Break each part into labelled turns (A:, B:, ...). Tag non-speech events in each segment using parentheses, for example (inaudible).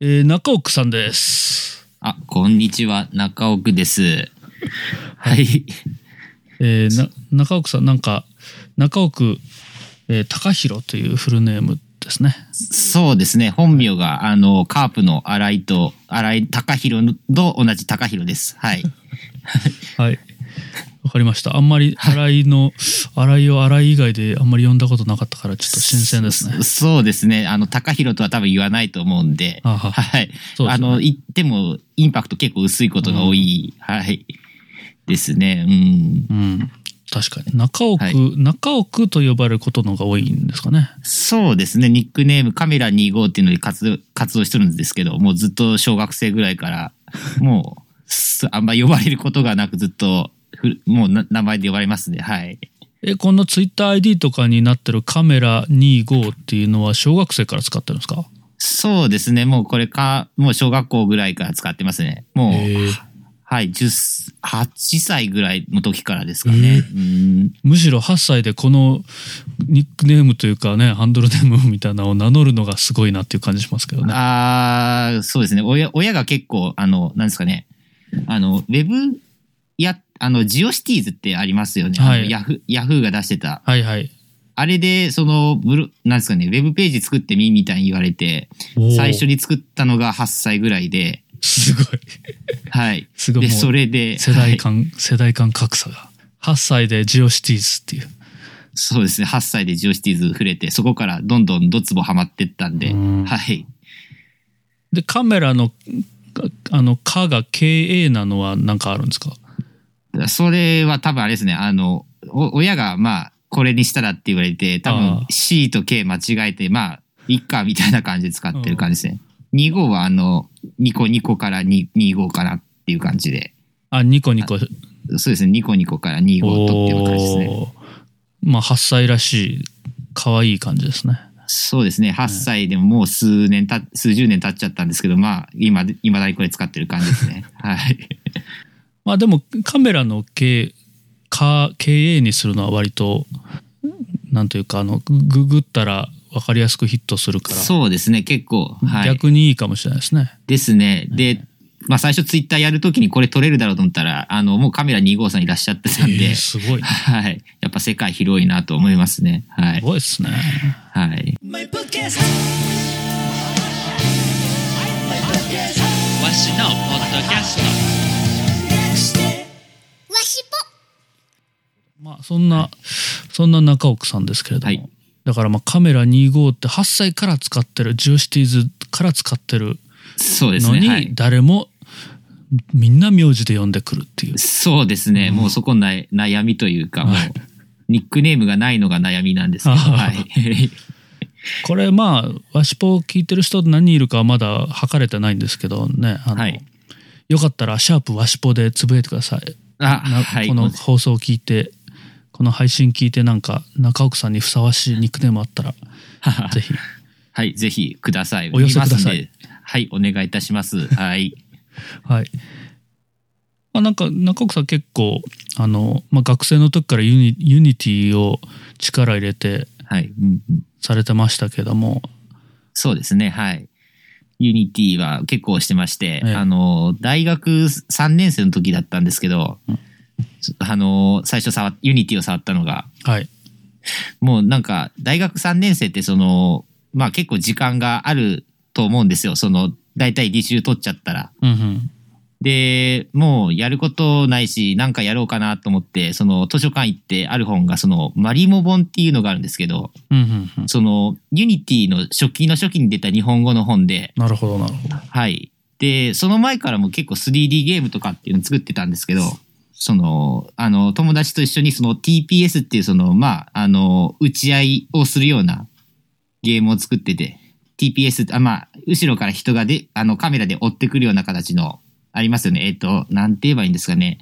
A: えー、中奥さんです。
B: あ、こんにちは、中奥です。はい。
A: えー、な中奥さんなんか中奥、えー、高弘というフルネームですね。
B: そうですね、本名が、あの、カープの新井と、新井高弘と同じ高弘です。はい。
A: はい。わかりました。あんまり新井の、新井を新井以外であんまり呼んだことなかったからちょっと新鮮ですね。
B: そそうですね、あの、高弘とは多分言わないと思うんで、
A: あは
B: はい。
A: そうです
B: あ
A: ね
B: の、言っても、インパクト結構薄いことが多い、はい。ですね、うん。
A: うん。確かに。中奥、
B: はい
A: 中奥と呼ばれることの方が多いんですかね。
B: そうですね、ニックネーム、カメラ25っていうので活動活動してるんですけど、もうずっと小学生ぐらいから、もう、すあんま呼ばれることがなくずっと、ふもうな名前で呼ばれますね、はい。
A: え、このツイッター ID とかになってるカメラ25っていうのは小学生から使ってるんですか
B: そうですね。もうこれか、もう小学校ぐらいから使ってますね。もう、
A: へえ
B: はい、10 8歳ぐらいの時からですかね。うん
A: むしろ8歳でこのニックネームというかね、ハンドルネームみたいなのを名乗るのがすごいなっていう感じしますけどね。
B: ああ、そうですね。親、親が結構、あの、なんですかね。あの、ウェブ、や、あの、ジオシティーズってありますよね。
A: はい
B: あのヤフ、ヤフーが出してた。
A: はいはい。
B: あれで、その、ブロ、なんですかね、ウェブページ作ってみ、みたいに言われて、
A: おー
B: 最初に作ったのが8歳ぐらいで、
A: すごい。
B: はい。
A: すごい。
B: で、
A: もう
B: それで、
A: 世
B: は
A: 代
B: い
A: 間、世代間格差が。8歳でジオシティーズっていう。
B: そうですね。8歳でジオシティーズ触れて、そこからどんどんドツボハマってったんで、
A: うん
B: はい。
A: で、カメラの、かあの、かが KA なのは何かあるんですか
B: それは多分あれですね。あの、お親がまあ、これにしたらって言われて、多
A: あ
B: 分
A: あ
B: C と K 間違えて、まあ、いっか、みたいな感じで使ってる感じですね。2号はあの、2個2個から2、2号かなっていう感じで。
A: あ、ニコニコ。
B: そうですね。2個2個から2号とっていう感じですね。
A: おーまあ、8歳らしい、可愛い感じですね。
B: そうですね。8歳でももう数年た、数十年経っちゃったんですけど、まあ、今、未だにこれ使ってる感じですね。はい。
A: まあでもカメラの K か KA にするのは割となんというかあのグググったら分かりやすくヒットするから、
B: そうですね。結構。はい。
A: 逆にいいかもしれないですね。
B: ですね。で、まあ最初ツイッターやるときにこれ撮れるだろうと思ったら、あの、もうカメラ2号さんいらっしゃってたんで、
A: えーすごい
B: はい。やっぱ世界広いなと思いますね。は
A: す
B: い。
A: ごいですね。
B: はい。
C: わしのポッドキャスト
A: まあそんなそんな中奥さんですけれども、
B: はい
A: だからまあカメラ25って8歳から使ってるジオシティーズから使ってる
B: そうです
A: の
B: ね。はい
A: に。誰もみんな名字で呼んでくるっていう。
B: そうですね。もうそこな悩みというか、もう
A: はい
B: ニックネームがないのが悩みなんですけど、
A: あ
B: はい。 (laughs)
A: これまあわしぽを聞いてる人何人いるかはまだ測れてないんですけどねあの、
B: はい
A: よかったら「シャープわしぽ」でつぶやいてください、
B: あ、
A: な
B: はい。
A: この放送を聞いてこの配信聞いてなんか中奥さんにふさわしいニックネームあったらぜひ
B: はい。ぜひください。
A: お寄せください
B: 見ますんで。はい。お願いいたします。はい。
A: はいまあなんか中奥さん結構あの、まあ、学生の時からユニユニティを力入れて
B: はい。うんうん
A: されてましたけども
B: そうですね、はい。ユニティは結構してまして、
A: ええ
B: あの、大学3年生の時だったんですけど、あの、最初触っユニティを触ったのが、
A: はい
B: もうなんか、大学3年生ってその、まあ結構時間があると思うんですよ。その、大体履修取っちゃったら。
A: うんうん
B: で、もうやることないし、なんかやろうかなと思って、その図書館行ってある本が、その、マリモ本っていうのがあるんですけど、
A: うんうんうん
B: その、ユニティの初期の初期に出た日本語の本で、
A: なるほどなるほど
B: はい。で、その前からも結構 3D ゲームとかっていうの作ってたんですけど、その、あの、友達と一緒にその TPS っていうその、まあ、あの、打ち合いをするようなゲームを作ってて、TPS、あ、まあ、後ろから人がで、あの、カメラで追ってくるような形の、ありますよね。えっ、と、なんて言えばいいんですかね。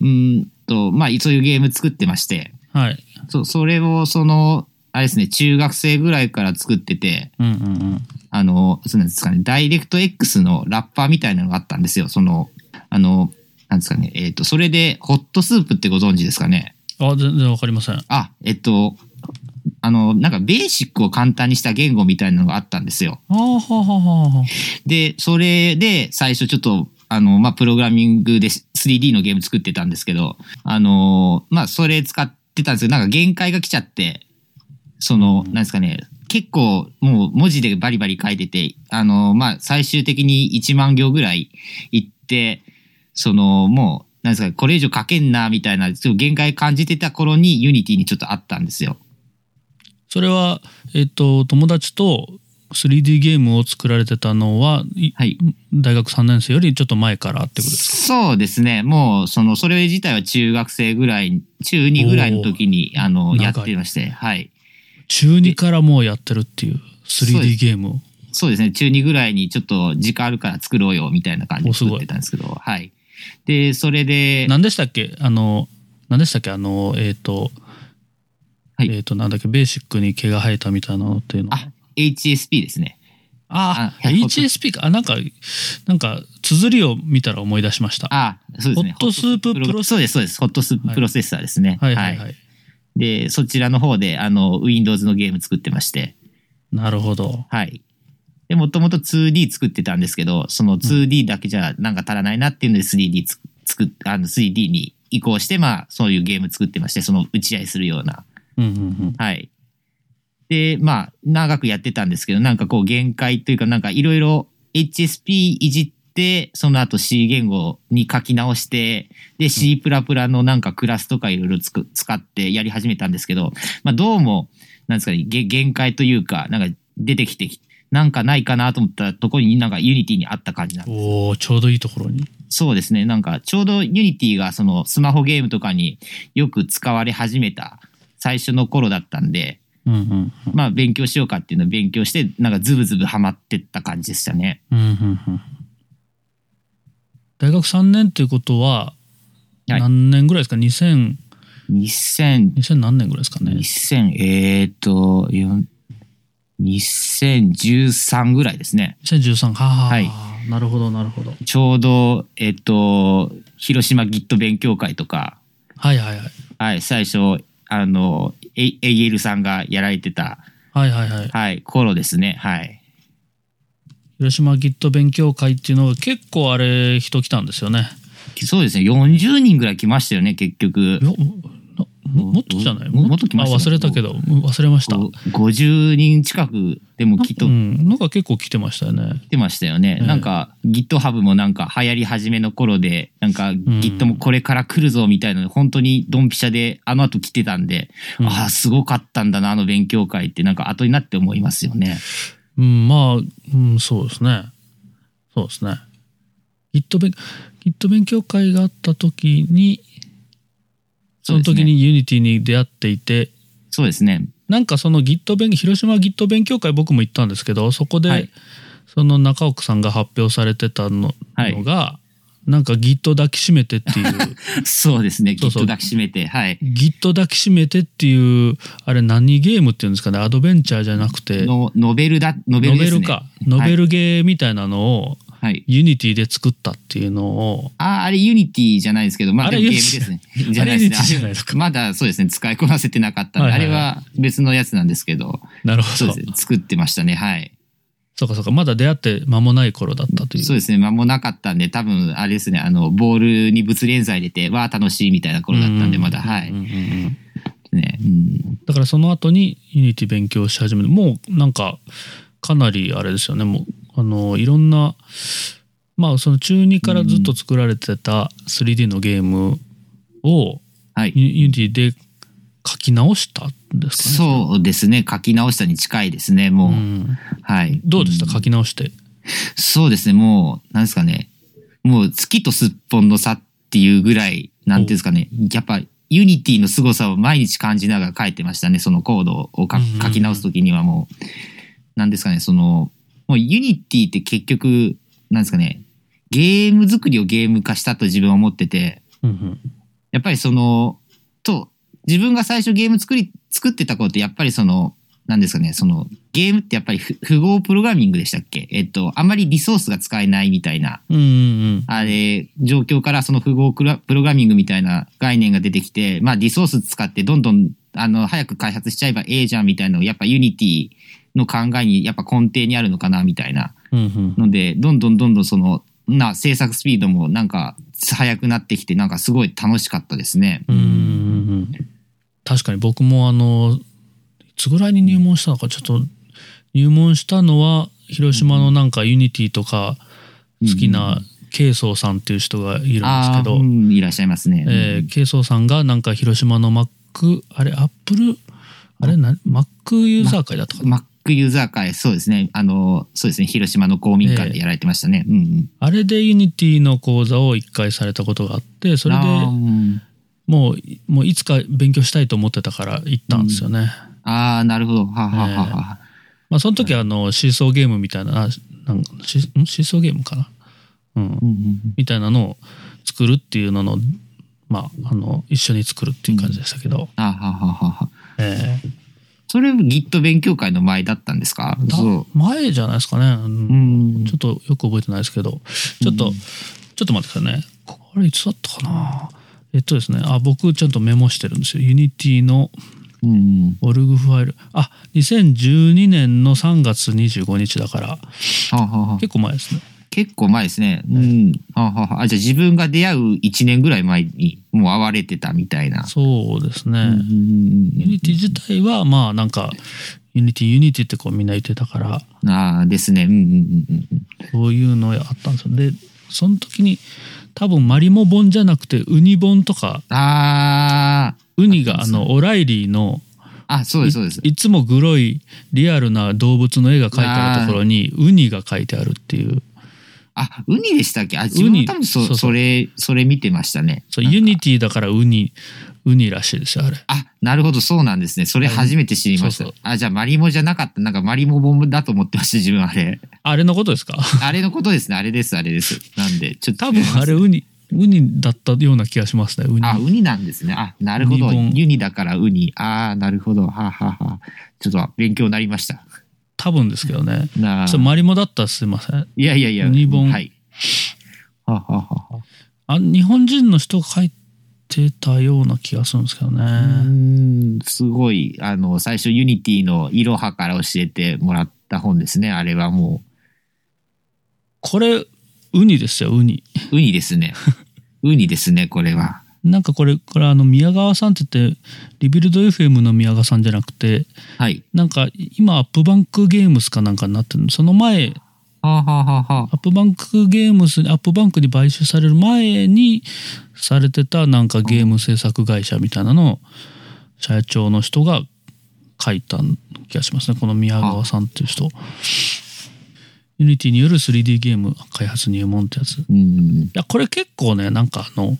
B: うーんと、まあ、そういうゲーム作ってまして、
A: はい
B: そ、それをその、あれですね、中学生ぐらいから作ってて、
A: うんうんうん
B: あの、そうなんですかね、ダイレクト X のラッパーみたいなのがあったんですよ。その、あの、なんですかね、えっ、と、それで、ホットスープってご存知ですかね。
A: あ全然わかりません
B: あ、えっと、あの、なんかベーシックを簡単にした言語みたいなのがあったんですよ。
A: ああ、はあはあはあ。
B: で、それで最初ちょっと、あの、まあ、プログラミングで 3D のゲーム作ってたんですけど、あの、まあ、それ使ってたんですけど、なんか限界が来ちゃって、その、なんですかね、結構もう文字でバリバリ書いてて、あの、まあ、最終的に1万行ぐらい行って、その、もう、なんですかね、これ以上書けんな、みたいな、ちょっと限界感じてた頃にユニティにちょっとあったんですよ。
A: それは、えっと、友達と 3D ゲームを作られてたのは、い
B: はい。
A: 大学3年生よりちょっと前からってことですか
B: そうですね。もう、その、それ自体は中学生ぐらい、中2ぐらいの時に、あの、
A: 長い
B: やってまして、はい。
A: 中2からもうやってるっていう
B: そうで
A: 3D
B: す
A: ゲームを。
B: そうですね。中2ぐらいにちょっと時間あるから作ろうよ、みたいな感じで
A: おすごい
B: 作ってたんですけど、はい。で、それで、
A: 何でしたっけあの、何でしたっけあの、えっ、と、
B: はい
A: えっ、と、なんだっけ、ベーシックに毛が生えたみたいなのっていうの。
B: あ、HSP ですね。
A: あ
B: あ
A: HSP か。あ、なんか、なんか、綴りを見たら思い出しました。
B: あ、そうですね。
A: ホットスーププロセ
B: そうです、そうです。ホットスーププロセッサーですね。
A: はいはいはい。
B: で、そちらの方で、あの、Windows のゲーム作ってまして、
A: なるほど。
B: はい。で、もともと 2D 作ってたんですけど、その 2D だけじゃなんか足らないなっていうので 3D つ作っ、あの 3D に移行して、まあ、そういうゲーム作ってまして、その打ち合いするような。
A: うんうんうん。
B: はい。で、まあ、長くやってたんですけど、なんかこう限界というか、なんかいろいろ HSP いじって、その後 C 言語に書き直して、で、C プラプラのなんかクラスとかいろいろつく使ってやり始めたんですけど、まあどうも、なんですかね、げ限界というか、なんか出てきてき、なんかないかなと思ったとこになんかユニティにあった感じなんです
A: おおちょうどいいところに。
B: そうですね。なんか、ちょうどユニティがそのスマホゲームとかによく使われ始めた最初の頃だったんで、
A: うんうんうん。
B: まあ勉強しようかっていうのを勉強して、なんかズブズブハマってった感じでしたね。
A: うんうんうん大学3年っていうことは、
B: はい
A: 何年ぐらいですか 2000,
B: 2000、
A: 2000何年ぐらいですかね
B: 2000、えーっと、よ2013ぐらいですね。
A: 2013はあ、
B: はい
A: なるほどなるほど
B: ちょうど、えーっと、広島 Git 勉強会とか、
A: はいはいはい
B: はい、最初、あの、A- AL さんがやられてた、
A: はいはいはい
B: はい、頃ですね。はい。
A: 広島 Git 勉強会っていうのが結構あれ人来たんですよね
B: そうですね。40人ぐらい来ましたよね、結局
A: い。やなももっとじゃない
B: ももっと来ました
A: あ忘れたけど忘れました
B: こう50人近くでもきっと
A: うん、なんか結構来てましたよね
B: 来てましたよね。
A: ええ
B: なんか GitHub もなんか流行り始めの頃で、なんか Git もこれから来るぞみたいなので、本当にドンピシャであの後来てたんで、
A: うん
B: ああ、すごかったんだな、あの勉強会ってなんか後になって思いますよね。
A: うん、まあ、うん、そうですね。そうですね。Git 勉 Git 勉強会があった時に、その時
B: そうですね。
A: に Unity に出会っていて、
B: そうですね。
A: なんかその Git 勉広島 Git 勉強会僕も行ったんですけど、そこで、
B: はい
A: その中奥さんが発表されてたの,、
B: はい
A: のが、なんか Git 抱きしめてって
B: (laughs)
A: いう、
B: そうですね。
A: そうそう
B: Git 抱きしめて、はい。
A: Git 抱きしめてっていう、あれ何ゲームっていうんですかね、アドベンチャーじゃなくて、
B: のノベルだ、ノベル
A: ノ
B: で
A: ベ
B: すね。
A: ルか、ノベルゲーみたいなのを、
B: はい。
A: ユニティで作ったっていうのを、
B: ああ、あれユニティじゃないですけど、ま
A: あ
B: あ、
A: れ
B: でもゲームですね。 (laughs) じゃないですね。
A: あれ Unity じゃないです
B: (laughs)
A: か
B: まだそうですね、使いこなせてなかったんで、
A: はいはいはい
B: あれは別のやつなんですけど、
A: なるほ
B: そう
A: ど。
B: で
A: そ
B: すね、作ってましたね、はい。
A: うかそうか、まだ出会って間もない頃だったという。
B: そうですね、間もなかったんで、多分、あれですね、あの、ボールに物連載入れて、わあ、楽しいみたいな頃だったんで、
A: うん
B: まだ、は
A: う
B: い
A: ん。うんうん
B: ね、うん。
A: だからその後にユニティ勉強し始める。もうなんか、かなりあれですよね、もう、あの、いろんな、まあその中2からずっと作られてた 3D のゲームを
B: はい。
A: ユユニティで書き直したんですかね。
B: そうですね、書き直したに近いですね、もう。
A: ん
B: はい。
A: どうでした書き直して。
B: そうですね、もう、なんですかね、もう月とすっぽんの差っていうぐらい、なんていうんですかね、やっぱ、ユニティの凄さを毎日感じながら書いてましたね、そのコードを書
A: うんうんうん
B: 書き直すときにはもう、なんですかね、その、もうユニティって結局、なんですかね、ゲーム作りをゲーム化したと自分は思ってて、
A: うんうん
B: やっぱりその、と、自分が最初ゲーム作り、作ってた頃ってやっぱりその、なんですかね、その、ゲームってやっぱりふ符号プログラミングでしたっけえっと、あんまりリソースが使えないみたいな、
A: うんうん
B: あれ、状況からその符号クラプログラミングみたいな概念が出てきて、まあリソース使ってどんどんあの、早く開発しちゃえばええじゃんみたいなのを、やっぱユニティの考えにやっぱ根底にあるのかなみたいな
A: うんうん
B: ので、どんどんどんどんその、な、制作スピードもなんか速くなってきて、なんかすごい楽しかったですね。
A: うんうんうん確かに僕もあのいつぐらいに入門したのかちょっと入門したのは広島のなんかユニティとか好きな慶宗さんっていう人がいるんですけ
B: ああ、
A: ど、
B: うん、いらっしゃいますね。
A: えー、ケイソーさんがなんか広島の Mac あれ Apple あれな Mac ユーザー会だったかな
B: マックユーザー会、そうですね。あの、そうですね。広島の公民館でやられてましたね。うんうん。
A: あれで Unity の講座を一回されたことがあってそれで
B: あーうん
A: もういもういつか勉強したいと思ってたから行ったんですよね、
B: あー、なるほど。はあはあはあはあ。
A: まあその時はあのシーソーゲームみたいなあなんかシんシーソーゲームかなうん
B: うんうん
A: みたいなのを作るっていうののまああの一緒に作るっていう感じでしたけど、
B: あーはあはあはあ。
A: ええ
B: それ Git 勉強会の前だったんですか
A: だ
B: そ
A: 前じゃないですかね、う
B: う。うんん。
A: ちょっとよく覚えてないですけど、ちょっと、
B: うん
A: ちょっと待ってくださいね。これいつだったかなえっとですね、あ、僕ちゃんとメモしてるんですよ。Unity の
B: うん。
A: オルグファイル。あ、2012年の3月25日だから、
B: はあはあはあ
A: 結構前ですね。
B: 結構前ですね。うん。はあはあはあ。あじゃあ自分が出会う1年ぐらい前にもう会われてたみたいな。
A: そうですね。
B: うんうんうん
A: Unity 自体は、まあなんか、Unity、Unity ってこうみんな言ってたから、
B: ああ、ですね。うんうんうんうん。
A: そういうのやったんですよ。で、その時に、多分マリモ本じゃなくてウニ本とか、
B: あ
A: ウニが
B: あ
A: あ
B: そう
A: の、オライリーの、
B: あ、あ、そうですそうです。
A: いつもグロいリアルな動物の絵が描いてあるところにウニが描いてあるっていう
B: あ、ウニでしたっけあ、自分
A: ウ
B: も
A: ニ
B: 多分そ
A: そうそう
B: それ、それ見てましたね。
A: そう
B: なんか
A: ユニティだからウニウニらしいですよあれ
B: あ、なるほど、そうなんですね。それ初めて知りました。
A: そうそ
B: あ、じゃあマリモじゃなかった。なんかマリモ本だと思ってました、自分あれ。
A: あれのことですか (laughs)
B: あれのことですね。あれです、あれです。なんで、ちょっと。
A: 多分あれウニウニだったような気がしますねウニ
B: あ、ウニなんですね。あ、なるほど。
A: ウニ本
B: ユニだからウニ。ああ、なるほど。はあ、はあはあ、ちょっと勉強になりました。
A: 多分ですけどね
B: なあ
A: そうマリモだったらすいません
B: いやいやいや。
A: ウニ本
B: はい。はあ、はあはあは
A: あ日本人の人が描いてたような気がするんですけど
B: あ、う
A: ね
B: ーん、すごい。あの、最初ユニティのイロハから教えてもらった本ですね。あれはも
A: これウニですよウニ
B: う、ウニで
A: (laughs)
B: すね。ウニですね、これは。
A: なんかこれこれあの宮川さんって言ってリビルド FM の宮川さんじゃなくて
B: はい。
A: なんか今アップバンクゲームスかなんかになってるのその前
B: はあ、はあはあは
A: アップバンクゲームスにアップバンクに買収される前にされてたなんかゲーム制作会社みたいなのを社長の人が書いた気がしますねこの宮川さんっていう人。ユニティによる 3D ゲーム開発入門ってやつ。い
B: あ。うん。
A: やこれ結構ねなんかあの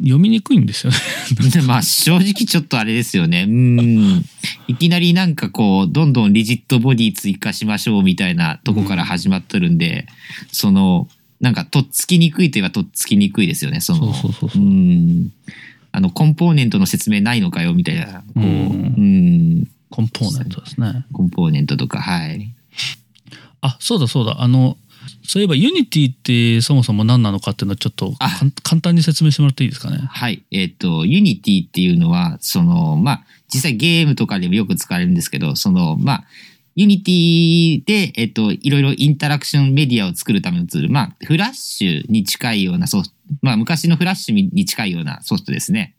A: 読みにくいんですよね。 (laughs)
B: で (laughs) まあ正直ちょっとあれですよね。うん。いきなりなんかこう、どんどんリジットボディ追加しましょうみたいなとこから始まってるんで、その、なんかとっつきにくいといえばとっつきにくいですよね、そ
A: そう
B: の。
A: そうそう
B: う
A: そう。
B: ん。あの、コンポーネントの説明ないのかよみたいな、こう、う
A: うん
B: ん。
A: コンポーネントですね。
B: コンポーネントとか、はい。
A: あそうだそうだあのそういえばユニティってそもそも何なのかっていうのをちょっと
B: あ
A: かん簡単に説明してもらっていいですかね。
B: はい。えっ、と、ユニティっていうのは、その、まあ、実際ゲームとかでもよく使われるんですけど、その、まあ、ユニティで、えっ、と、いろいろインタラクションメディアを作るためのツール、まあ、フラッシュに近いようなソフト、まあ、昔のフラッシュに近いようなソフトですね。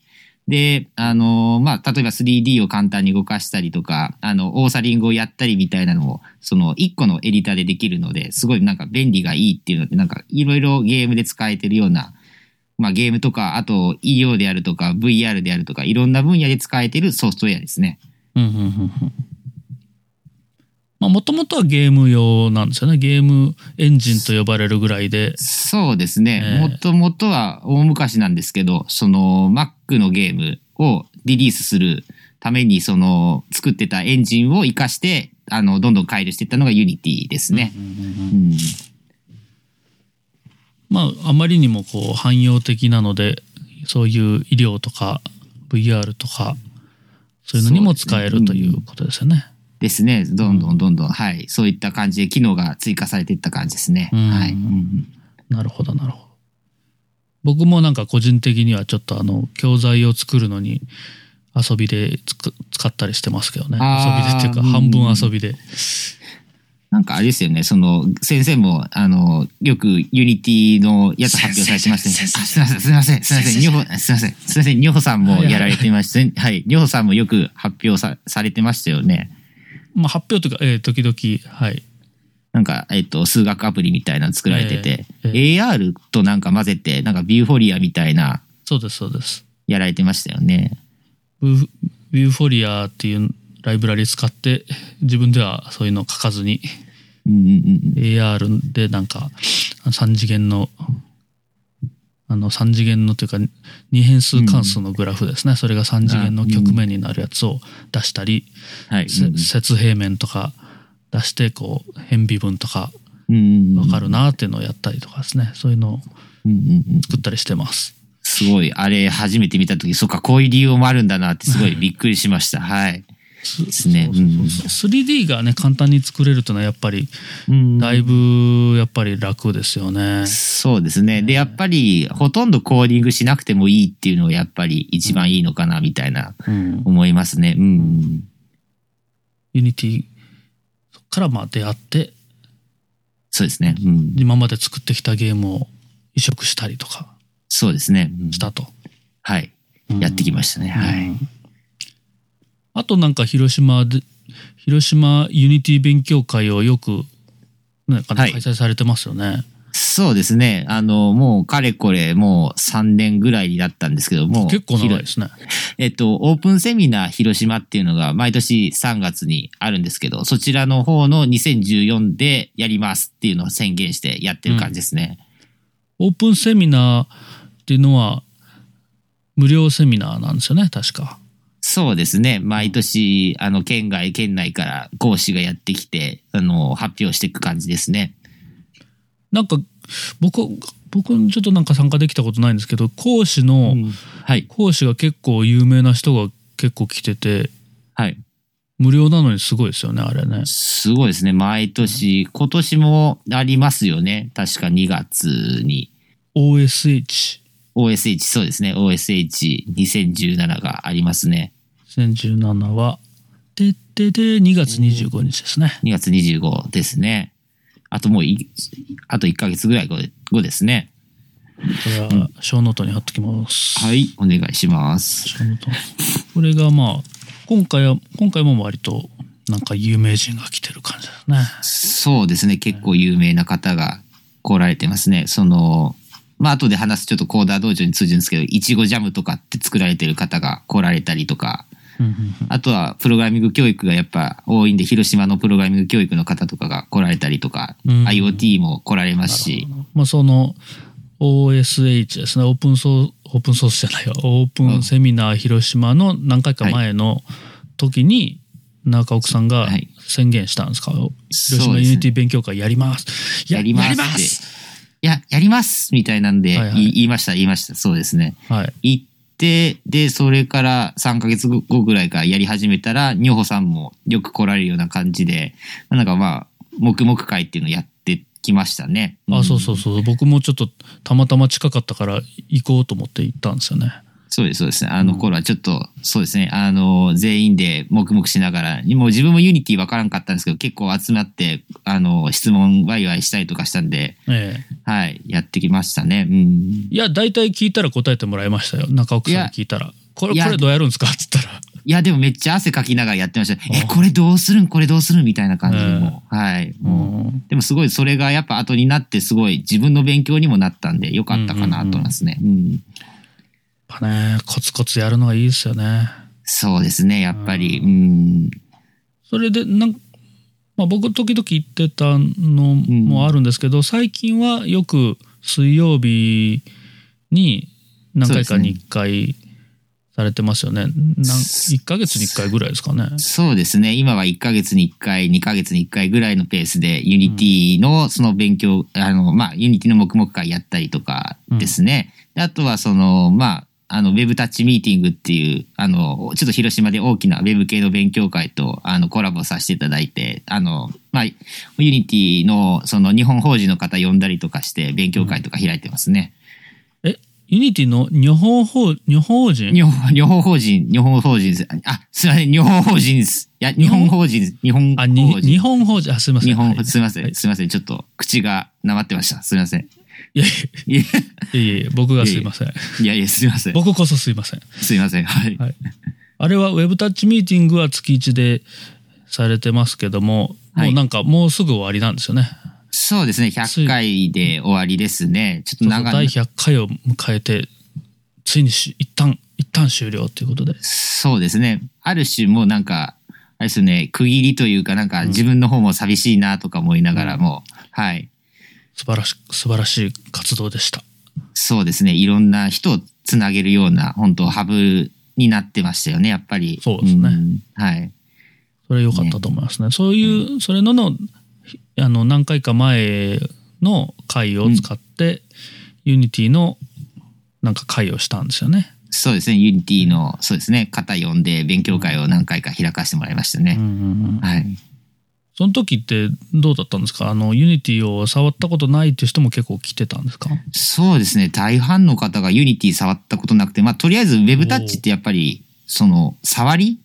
B: で、あの、まあ、例えば 3D を簡単に動かしたりとか、あの、オーサリングをやったりみたいなのを、その、1個のエディターでできるので、すごいなんか便利がいいっていうので、なんか、いろいろゲームで使えてるような、まあ、ゲームとか、あと医療であるとか、VR であるとか、いろんな分野で使えてるソフトウェアですね。
A: もともとはゲーム用なんですよねゲームエンジンと呼ばれるぐらいで
B: そうですね。
A: ええ
B: もともとは大昔なんですけど、その Mac のゲームをリリースするために、その作ってたエンジンを活かして、あの、どんどん改良していったのが Unity ですね。うん
A: まああまりにもこう汎用的なのでそういう医療とか VR とかそういうのにも使え
B: そう
A: る
B: です
A: と
B: ね
A: いうことですよね。
B: ですね。どんどんどんどん、はい。そういった感じで機能が追加されていった感じですね。
A: うん
B: はい。うん
A: なるほどなるほど。僕もなんか個人的にはちょっとあの教材を作るのに遊びでつく使ったりしてますけどね。遊び
B: あ
A: で
B: ー
A: っていうか、
B: うん
A: 半分遊びで。
B: なんかあれですよね、その、先生も、あの、よくユニティのやつ発表されてましたね
C: 先生。
B: あすいません、すいません、すいま
C: 先生
B: せん、ニョホ、すいません、すいません、ニョホさんもやられてましたね。はい、ニョホさんもよく発表さされてましたよね。
A: まあ、発表というか、えー時々、はい。
B: なんか、えっと、数学アプリみたいなの作られてて、
A: ええ
B: AR となんか混ぜて、なんかビューフォリアみたいな、
A: そうです、そうです。
B: やられてましたよね。
A: ウービューフォリアっていうライブラリ使って、自分ではそういうのを書かずに、
B: うんうんうん。
A: AR でなんか、3次元の、あの、3次元のというか、二変数関数のグラフですね。それが3次元の局面になるやつを出したり、
B: はい。
A: せ
B: うんうん
A: 節平面とか出してこう変微分とか
B: うんうんうん
A: 分かるなっていうのをやったりとかですねそういうのを
B: うんうんうん。
A: 作ったりしてます
B: すごい、あれ初めて見たとき、そっか、こういう理由もあるんだなってすごいびっくりしました。はい。ですね。
A: そうそうそう 3D がね簡単に作れるというのはやっぱり
B: うん
A: だいぶやっぱり楽ですよね
B: そうですね。で、やっぱり、ほとんどコーディングしなくてもいいっていうのがやっぱり一番いいのかな、みたいな、
A: うん
B: 思いますね。うん。
A: Unity そっからまあ出会って
B: そうですね。うん。
A: 今まで作ってきたゲームを移植したりとか
B: そうですね。うん
A: したと、
B: はい。
A: うん
B: やってきましたね。はい。
A: あとなんか広島で広島ユニティ勉強会をよく、ね、あの
B: は
A: 開
B: い
A: 催されてますよね、
B: そうですね。あの、もう、かれこれ、もう3年ぐらいになったんですけども。
A: 結構長い
B: 広
A: ですね
B: えっと、オープンセミナー広島っていうのが毎年3月にあるんですけど、そちらの方の2014でやりますっていうのを宣言してやってる感じですね。
A: オープンセミナーっていうのは無料セミナーなんですよね確か
B: そうですね。毎年、あの、県外、県内から講師がやってきて、あの、発表していく感じですね。
A: なんか僕僕ちょっとなんか参加できたことないんですけど講師の、
B: はい。
A: 講師が結構有名な人が結構来てて
B: はい。
A: 無料なのにすごいですよねあれね
B: すごいですね。毎年、今年もありますよね。確か2月に。
A: OSH2017
B: OSH、そうですね。OSH2017 がありますね。
A: はででで2月25日ですね
B: 2月25ですね。あともうい、あと1ヶ月ぐらい後で後ですね。
A: これは小ノートに貼っときます、
B: はい。お願いします。
A: 小ノートこれがまあ今回は今回も割となんか有名人が来てる感じですね
B: そうですね。結構有名な方が来られてますね。その、まあ、後で話すちょっとコーダー道場に通じるんですけど、いちごジャムとかって作られてる方が来られたりとか、
A: うんうんうん
B: あとはプログラミング教育がやっぱ多いんで、広島のプログラミング教育の方とかが来られたりとか、
A: うん
B: IoT も来られますし、
A: まあ、その OSH ですねオープンソースオープンソースじゃないよオープンセミナー広島の何回か前の時に中奥さんが
B: はい
A: 宣言したんですか、広
B: そう
A: 島
B: で
A: ユ
B: すね
A: ニティ勉強会やります
B: やりますっていや、やりますみたいなんで、
A: はいはい
B: い言いました、言いました。そうですね。
A: はい
B: 行って、で、それから3ヶ月後ぐらいからやり始めたら、女穂さんもよく来られるような感じで、なんかまあ、黙々会っていうのをやってきましたね。。
A: あそうそううんそう僕もちょっとたまたま近かったから行こうと思って行ったんですよね
B: そうです、そうです。あの頃はちょっと、そうですね、あの、全員で黙々しながら、もう自分もユニティわからんかったんですけど、結構集まって、あの、質問ワイワイしたりとかしたんで、
A: ええ
B: はい、やってきましたね。うん。
A: いや大体聞いたら答えてもらいましたよ中奥さんに聞いたら「これ
B: いや
A: これどうやるんですか?」っつったら
B: いや、でもめっちゃ汗かきながらやってました。
A: あ
B: え、これどうするんこれどうするんみたいな感じでもう、はい、
A: う
B: もう。
A: ん
B: でもすごいそれがやっぱ後になってすごい自分の勉強にもなったんで良かったかなと思いますね。うん
A: やっぱねコツコツやるのがいいですよね
B: そうですね、やっぱり。うん。
A: それでなん、まあ、僕時々行ってたのもあるんですけど、最近はよく水曜日に何回かに1回されてますよね。なん1ヶ月に1回ぐらいですかね。
B: そうですね、今は1ヶ月に1回、2ヶ月に1回ぐらいのペースで、ユニティのその勉強、あの、まあ、ユニティの黙々会やったりとかですね。であとはその、まあ、あの、ウェブタッチミーティングっていう、あの、ちょっと広島で大きなウェブ系の勉強会と、あの、コラボさせていただいて、あの、まあ、ユニティの、その、日本法人の方呼んだりとかして、勉強会とか開いてますね。
A: ユニティの女方法、女方人
B: 日本、日本法人、日本法人です。あ、すいません、日本法人です。いや、日本法人です。日本
A: あ、
B: 法
A: に
B: 人。
A: 日本法人、あ、すいません。
B: 日本
A: はい
B: すいませ
A: は
B: ん、すいません、ちょっと口がなまってました。すいません。
A: いやい
B: いや
A: やいやいや、僕がすいません。
B: いやいや、すいません。
A: 僕こそすいません。
B: すいません。はい。
A: はい。あれはウェブタッチミーティングは月1でされてますけども、
B: はい
A: もうなんかもうすぐ終わりなんですよね。
B: そうですね、100回で終わりですね。ちょっと
A: そうそう
B: 長
A: 第
B: い。
A: 100回を迎えて、ついにし一旦、一旦終了ということで。
B: そうですね。ある種もうなんか、あれですね、区切りというか、なんか自分の方も寂しいなとか思いながらも、はい。
A: 素晴らし、素晴らしい活動でした。
B: そうですね、いろんな人をつなげるような、本当ハブになってましたよね、やっぱり。
A: そうですね
B: んはい。
A: それ良かったと思いますね。そういう、それのの、あの、何回か前の回を使って、ユニティのなんか会をしたんですよね。
B: そうですね、ユニティの、そうですね、方呼んで勉強会を何回か開かせてもらいました
A: うん
B: ね。
A: うんうん
B: はい。
A: その時ってどうだったんですかあの、ユニティを触ったことないっていう人も結構来てたんですか
B: そうですね、大半の方がユニティ触ったことなくて、まあ、とりあえず Web タッチってやっぱり、その、触り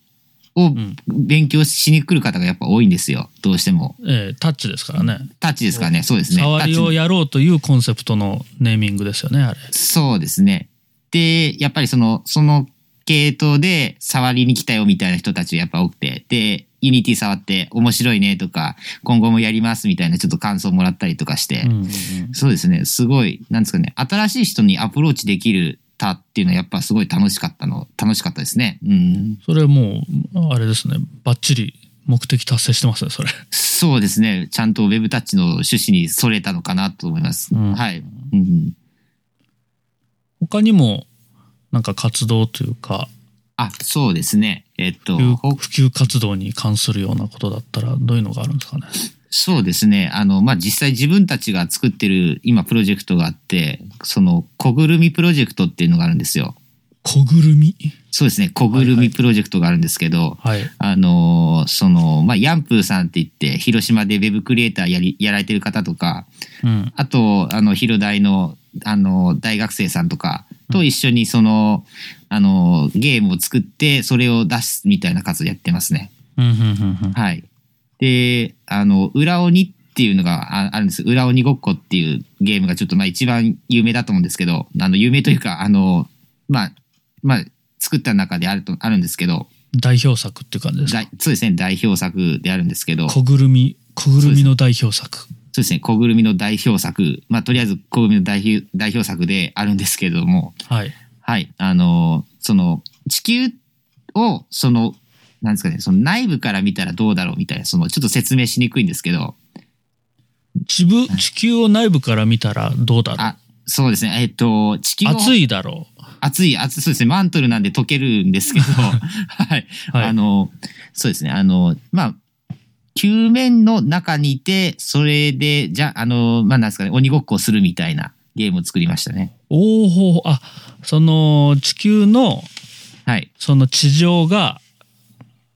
B: を
A: ん
B: 勉強しに来る方がやっぱ多いんですよ、どうしても。
A: ええタッチですからね。
B: タッチですからね、そうですね。
A: 触り
B: タッチ
A: をやろうというコンセプトのネーミングですよね、あれ。
B: そうですね。で、やっぱりその、その系統で触りに来たよみたいな人たちがやっぱ多くて、で、ユニティ触って面白いねとか、今後もやりますみたいなちょっと感想もらったりとかして、
A: うんうんうん
B: そうですね、すごい、なんですかね、新しい人にアプローチできるたっていうのはやっぱすごい楽しかったの、楽しかったですね。うん。
A: それもう、あれですね、バッチリ目的達成してますね、それ。 (laughs)
B: そうですね、ちゃんと Web タッチの趣旨にそれたのかなと思います。
A: うん
B: はい。うん。
A: 他にも、なんか活動というか、
B: あ、そうですね。えっと、
A: 普及普及活動に関するようなことだったら、どういうのがあるんですかね。
B: そうですね。あの、まあ、実際自分たちが作ってる今プロジェクトがあって、その、小ぐるみプロジェクトっていうのがあるんですよ。
A: 小ぐるみ
B: そうですね。小ぐるみプロジェクトがあるんですけど、
A: はい。
B: あのーその、まあ、ヤンプーさんって言って、広島でウェブクリエイターやり、やられてる方とか、
A: うん。
B: あと、あの、広大の、あの、大学生さんとかと一緒にその、あの、ゲームを作って、それを出すみたいな活動やってますね。
A: うん、うん、うん
B: はい。で、あの、裏鬼っていうのがああるんです。裏鬼ごっこっていうゲームがちょっとまあ一番有名だと思うんですけど、あの、有名というか、あの、まあ、まあ、作った中であると、あるんですけど、
A: うん。代表作っていう感じですか
B: だいそうですね、代表作であるんですけど、そ
A: 小ぐるみ、小ぐるみの代表作。
B: うですね、小ぐるみの代表作、まあ、とりあえず小ぐるみの代表代表作であるんですけれども、
A: はい。
B: はい、あの、その、地球を、その、なんですかね、その内部から見たらどうだろうみたいな、その、ちょっと説明しにくいんですけど、
A: 地部地球を内部から見たらどうだろう
B: あ、そうですね。えっ、と、地球を
A: 暑いだろう
B: 暑い、暑い、そうですね。マントルなんで溶ける
A: (laughs)
B: んですけど、はい。
A: はい
B: あの、そうですね。あの、まあ、球面の中にいて、それで、じゃあ、あの、まあ、なんですかね、鬼ごっこをするみたいなゲームを作りましたね。
A: おおほあその地球の
B: はい。
A: その地上が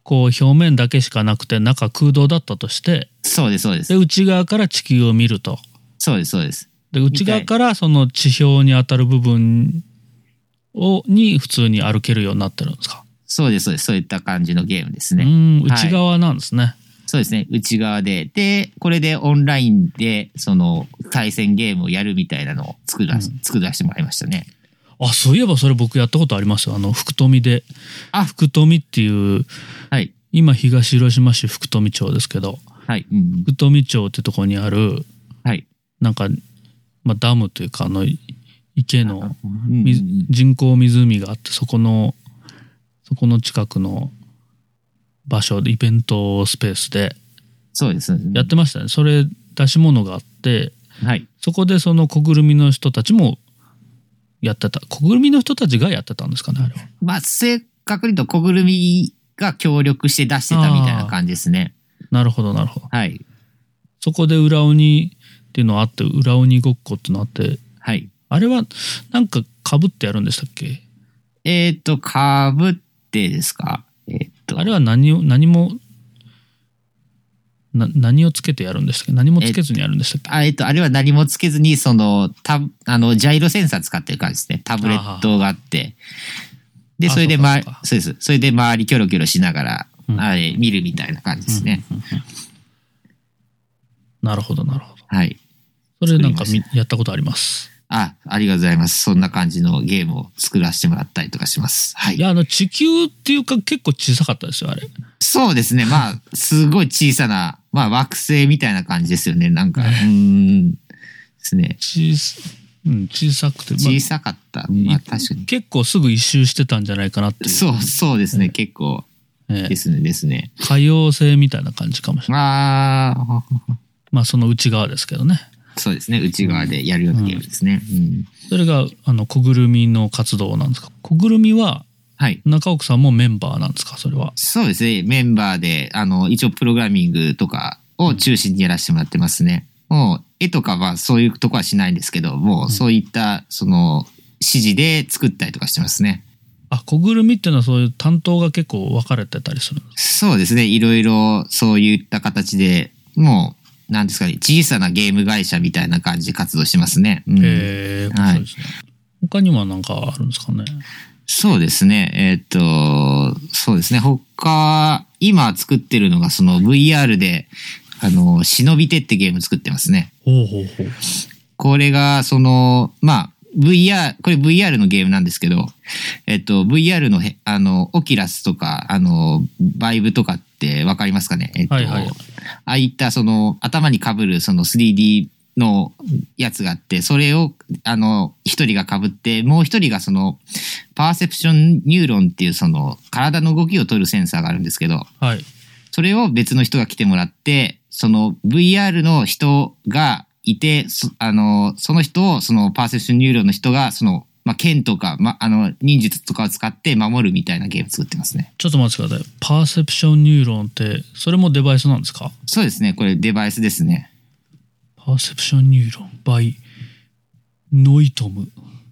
A: こう表面だけしかなくて中空洞だったとして
B: そうです、そうです
A: で。内側から地球を見ると
B: そうです、そうです。
A: で内側からその地表に当たる部分をに普通に歩けるようになってるんですか、
B: そうです、そうです。そういった感じのゲームです
A: う
B: ね。
A: ん
B: はい
A: 内側なんですね、
B: そうですね。内側で。で、これでオンラインで、その、対戦ゲームをやるみたいなのを作ら、作らせてもらいましたね。
A: あそういえばそれ僕やったことありますよあの福富で
B: あ
A: 福富っていう
B: はい。
A: 今東広島市福富町ですけど
B: はい。うんうん。
A: 福富町ってとこにある
B: はい。
A: なんか、まあ、ダムというかあのい池の
B: うん
A: 水人工湖があってそこのそこの近くの場所でイベントスペースで
B: そうです。
A: やってましたねそれ出し物があって
B: はい。
A: そこでその小ぐるみの人たちもやってた小ぐるみの人たちがやってたんですかねあれは
B: まあ、正確に言うと、小ぐるみが協力して出してたみたいな感じですね。
A: なるほどなるほど
B: はい。
A: そこで裏鬼っていうのあって裏鬼ごっこっていうのあって
B: はい。
A: あれはなんかかぶってやるんでしたっけ
B: えっ、と、かぶってですかえっ、と、
A: あれは何を、何も、な何をつけてやるんでしたっけ何もつけずにやるんでしたっけ、
B: あえっと、あれは何もつけずに、その、タブあの、ジャイロセンサー使ってる感じですね。タブレットがあって。で、
A: あ
B: それで、
A: そうか
B: ま
A: そうか、
B: そうです。それで、周りキョロキョロしながら、
A: うん
B: あれ、見るみたいな感じですね。
A: なるほどなるほど
B: はい。
A: それなんか
B: 作り
A: みやったことあります
B: あ、ありがとうございます。そんな感じのゲームを作らせてもらったりとかします。はいい。
A: やあの地球っていうか結構小さかったですよあれ
B: そうですね。まあ、すごい小さな、まあ、惑星みたいな感じですよね。なんか、うーん。ですね。
A: 小さ,、うん、小さくて、まあ
B: 小さかった。まあ、
A: い
B: 確かに。
A: 結構すぐ一周してたんじゃないかなっていう
B: そう、そうですね。結構、
A: ええ
B: ですね、ですね。
A: 海洋星みたいな感じかもしれない
B: ああ、
A: まあその内側ですけどね
B: そうですね。内側でやるようなゲームですね。うん
A: それがあの小ぐるみの活動なんですか小ぐるみは
B: はい。
A: 中奥さんもメンバーなんですかそれは
B: そうですね。メンバーで、あの、一応プログラミングとかを中心にやらせてもらってますね。もう、絵とかはそういうとこはしないんですけど、もう、そういった、その、指示で作ったりとかしてますね。
A: あ小ぐるみっていうのはそういう担当が結構分かれてたりするんです
B: そうですね。いろいろ、そういった形で、もう、なんですかね、小さなゲーム会社みたいな感じで活動してますね。うん
A: へえ
B: はい
A: そうですね他には何かあるんですかね
B: そうですね。えーっ、と、そうですね。他、今作ってるのが、その VR で、あの、忍び手ってゲーム作ってますね。
A: ほうほうほう
B: これが、その、まあ、VR、これ VR のゲームなんですけど、えっと、VR のへ、あの、オキラスとか、あの、バイブとかってわかりますかねえっと、
A: はいはい
B: ああいった、その、頭に被る、その 3D のやつがあって、それを、あの、一人が被って、もう一人がその、パーセプションニューロンっていう、その、体の動きを取るセンサーがあるんですけど、
A: はい
B: それを別の人が来てもらって、その VR の人がいて、そあの、その人を、そのパーセプションニューロンの人が、その、まあ、剣とか、ま、あの、忍術とかを使って守るみたいなゲーム作ってますね。
A: ちょっと待ってくださいパーセプションニューロンってそれもデバイスなんですか
B: そうですね。これデバイスですね。
A: パーセプションニューロン by ノイトム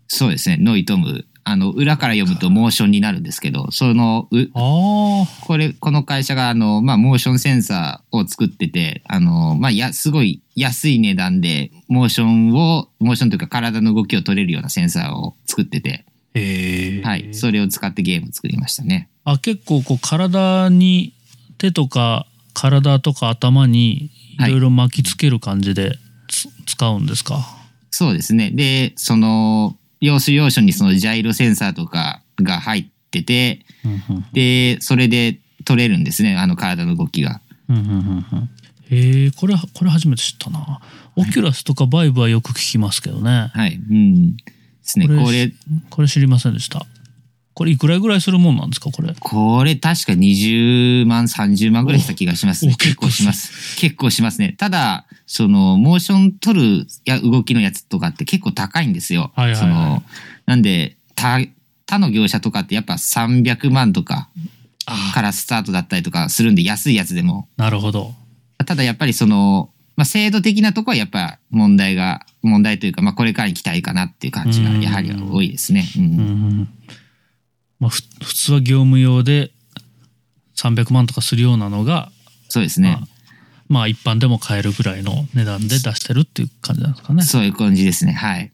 B: そうですね。ノイトム。あの、裏から読むとモーションになるんですけど、その、う
A: ああ
B: これ、この会社が、あの、まあ、モーションセンサーを作ってて、あの、まあ、や、すごい安い値段で、モーションを、モーションというか体の動きを取れるようなセンサーを作ってて、
A: へえ
B: はい、それを使ってゲーム作りましたね。
A: あ結構こう体に手とか体とか頭にいろいろ巻きつける感じでつ、使うんですか
B: そうですね。で、その、要所要所にそのジャイロセンサーとかが入ってて、で、それで取れるんですね、あの体の動きが。
A: へえこれこれ初めて知ったなオキュラスとかバイブはよく聞きますけどね
B: はい、うん。ですね、これ、
A: これ知りませんでしたこれいくらぐらいするもんなんですかこれ
B: これ確か20万、30万ぐらいした気がしますね
A: お。
B: 結構します。結構しますね。ただ、その、モーション取るや動きのやつとかって結構高いんですよ。
A: はいはいはい
B: その、なんで、他、他の業者とかってやっぱ300万とかからスタートだったりとかするんで、安いやつでも。
A: なるほど
B: ただやっぱりその、まあ、制度的なとこはやっぱ問題が、問題というか、まあ、これからに期待かなっていう感じがやはり多いですね。うん
A: うんまあ、ふ普通は業務用で300万とかするようなのが
B: そうですね
A: まあ。まあ一般でも買えるぐらいの値段で出してるっていう感じなんですかね
B: そういう感じですね。はい。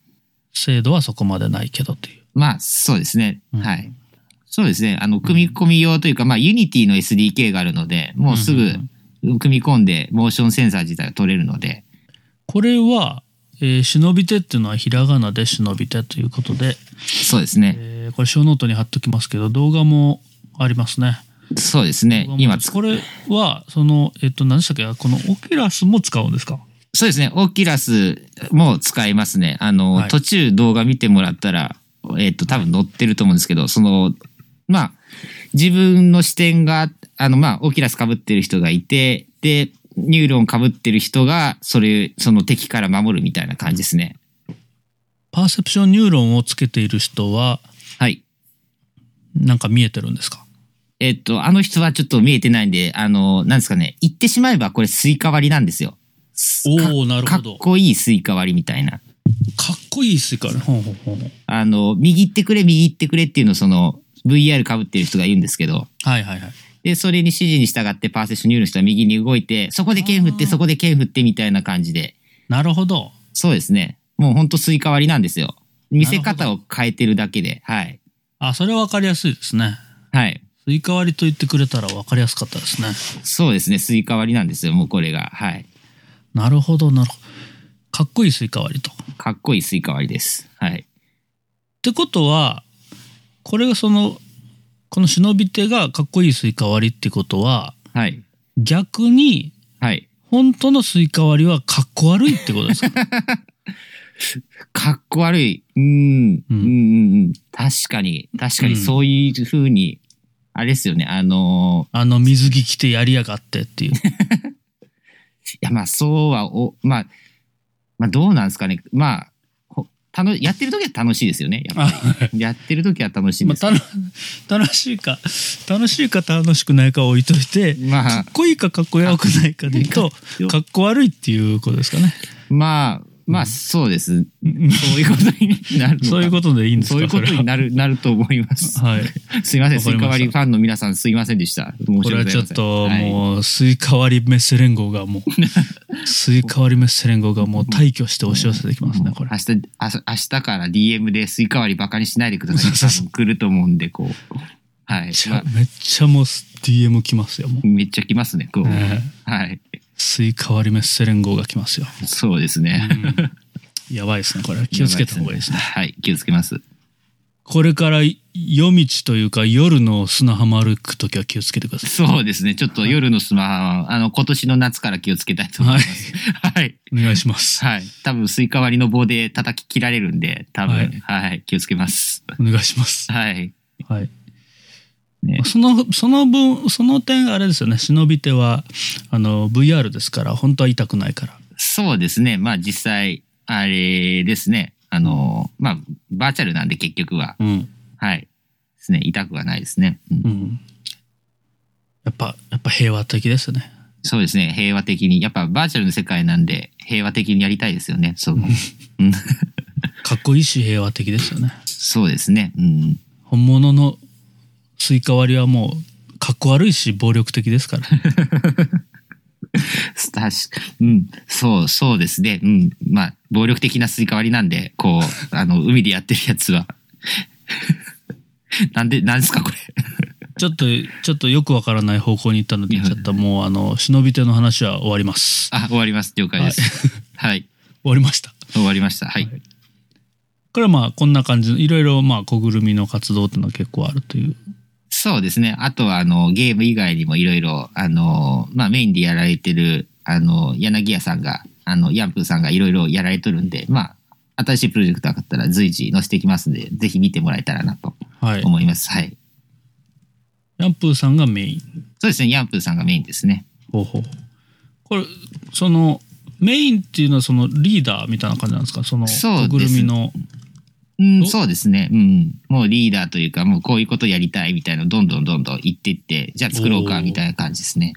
A: 精度はそこまでないけどっていう
B: まあ、そうですね。
A: うん
B: はい。そうですね。あの、組み込み用というか、まあ、ユニティの SDK があるので、もうす
A: うん
B: ぐ
A: うん
B: 組み込んで、モーションセンサー自体が取れるので、
A: これは、えー忍び手っていうのはひらがなで忍び手ということで、
B: そうですね。
A: えーこれ小ノートに貼っときますけど動画もありますね
B: そうですね
A: 動画。も
B: 今つ、
A: これはそのえっ、と何でしたっけこのオキュラスも使うんですか
B: そうですね。オキラスも使いますね。あの、
A: はい
B: 途中動画見てもらったら、えっ、と、多分載ってると思うんですけど、その、まあ、自分の視点が、あの、まあ、オキラス被ってる人がいて、で、ニューロン被ってる人が、それ、その敵から守るみたいな感じですね。
A: パーセプションニューロンをつけている人は
B: はい。
A: なんか見えてるんですか
B: えっと、あの人はちょっと見えてないんで、あの、なんですかね、言ってしまえばこれスイカ割りなんですよ。
A: おおなる
B: か
A: ほ
B: っ
A: どか
B: こいいスイカ割りみたいな。
A: っこいいスイカねほんほんほんほん
B: あの、右行ってくれ、右行ってくれっていうのをその、VR 被ってる人が言うんですけど、
A: はいはいはい
B: で、それに指示に従ってパーセッションニューロンの人は右に動いて、そこで剣振って、
A: あー
B: そこで剣振ってみたいな感じで。
A: なるほど。
B: そうですね。もうほんとスイカ割りなんですよ。見せ方を変えてるだけで。はい。
A: あ、それは分かりやすいですね。
B: はい。
A: スイカ割りと言ってくれたら分かりやすかったですね。
B: そうですね。スイカ割りなんですよ。もうこれが。はい。
A: なるほど、なるほど。かっこいいスイカ割りと。っ
B: かっこいいスイカ割りです。はい。
A: てことは、これがその、この忍び手がかっこいいスイカ割りってことは、
B: はい。
A: 逆に、
B: はい。
A: 本当のスイカ割りはかっこ悪いってこと (laughs) ですか
B: かっこ悪い。うん。
A: う
B: うんんうんうん。確かに。確か
A: う
B: に、
A: ん
B: そういうふうに、あれですよね。あの
A: あの水着着てやりやがってって (laughs) いう。
B: ー、いや、まあ、そうは、お、まあ、まあ、どうなんですかね。まあ、ほたのやってる時は楽しいですよね。やっぱり。やってる時は楽しいん
A: ま
B: で
A: あ、
B: す。
A: たの楽しいか、楽しいか楽しくないかは置いといて、
B: ま
A: か
B: あ
A: っ、こいいかかっこよくないかで言うと、かっこ悪いっていうことですかね。
B: まあ、まあ、そうです。
A: うん
B: そういうことになるのか。
A: そういうことでいいんですか
B: そういうことになる、なると思います
A: そ。れははい。
B: すいません、
A: わかりまし
B: スイ
A: た
B: カ割りファンの皆さんすいませんでした。申
A: こ
B: し
A: れは
B: 訳ございま
A: ち
B: せ
A: ょ
B: ん
A: っと
B: はい
A: もう、スイカ割りメッセ連合がも
B: (laughs)
A: う、スイカ割りメッセ連合がもう退去して押し寄せてきますね、これ
B: 明。日、あ明日から DM でスイカ割りバカにしないでください。多分来ると思うんで、こう。はい
A: めっ。ち
B: ま
A: ゃ
B: あ、
A: めっちゃもう DM 来ますよ、もう。
B: めっちゃ来ますね、こう。
A: ね
B: はい。
A: スイカ割りメッセ連合が来ますよ。
B: そうですね。
A: やばいですね、これは。気をつけた方がいいですね。
B: はい、気をつけます。
A: これから夜道というか夜の砂浜歩くときは気をつけてください。
B: そうですね。ちょっと夜のスマホ、あの、今年の夏から気をつけたいと思います。はい。
A: お願いします。
B: はい。多分、スイカ割りの棒で叩き切られるんで、多分、
A: は
B: はいい、気をつけます。
A: お願いします。
B: はい。
A: はい。
B: ね
A: まあその、その分、その点あれですよね。忍び手は、あの、VR ですから、本当は痛くないから。
B: そうですね。まあ、実際、あれですね。あの、まあ、バーチャルなんで結局は。
A: うん。
B: はい。ですね。痛くはないですね。うん
A: うん。やっぱ、やっぱ平和的ですね。
B: そうですね。平和的に。やっぱバーチャルの世界なんで、平和的にやりたいですよね。そう。うん
A: かっこいいし平和的ですよね。
B: そうですね。うん。
A: 本物のスイカ割りはもう、かっこ悪いし暴力的です (laughs) から。
B: 確か、うん。そう、そうですね。うん。まあ、暴力的なスイカ割りなんで、こう、あの、海でやってるやつは。 (laughs) なんで、なんですか、これ。
A: ちょっと、ちょっとよくわからない方向に行ったので、
B: はい
A: ちょっともう、あの、忍び手の話は終わります。
B: あ、終わります。了解です。はい。
A: 終わりました。
B: 終わりました。はい。
A: これはまあ、こんな感じの、いろいろまあ、小ぐるみの活動っていうのは結構あるという。
B: そうですね。あとは、あの、ゲーム以外にもいろいろ、あの、まあ、メインでやられてる、あの、柳屋さんが、あの、ヤンプーさんがいろいろやられとるんで、まあ、新しいプロジェクトがあったら随時載せていきますんで、ぜひ見てもらえたらなと
A: はい。
B: 思います。はい。
A: ヤンプーさんがメイン。
B: そうですね。ヤンプーさんがメインですね。
A: ほうほうこれ、その、メインっていうのはそのリーダーみたいな感じなんですかその、
B: そう
A: 小
B: で
A: ぐる
B: す
A: みの。
B: うん、
A: お
B: そうですね。うん。もうリーダーというか、もうこういうことやりたいみたいなのどんどんどんどん言っていって、じゃあ作ろう
A: お
B: か
A: ー
B: みたいな感じですね。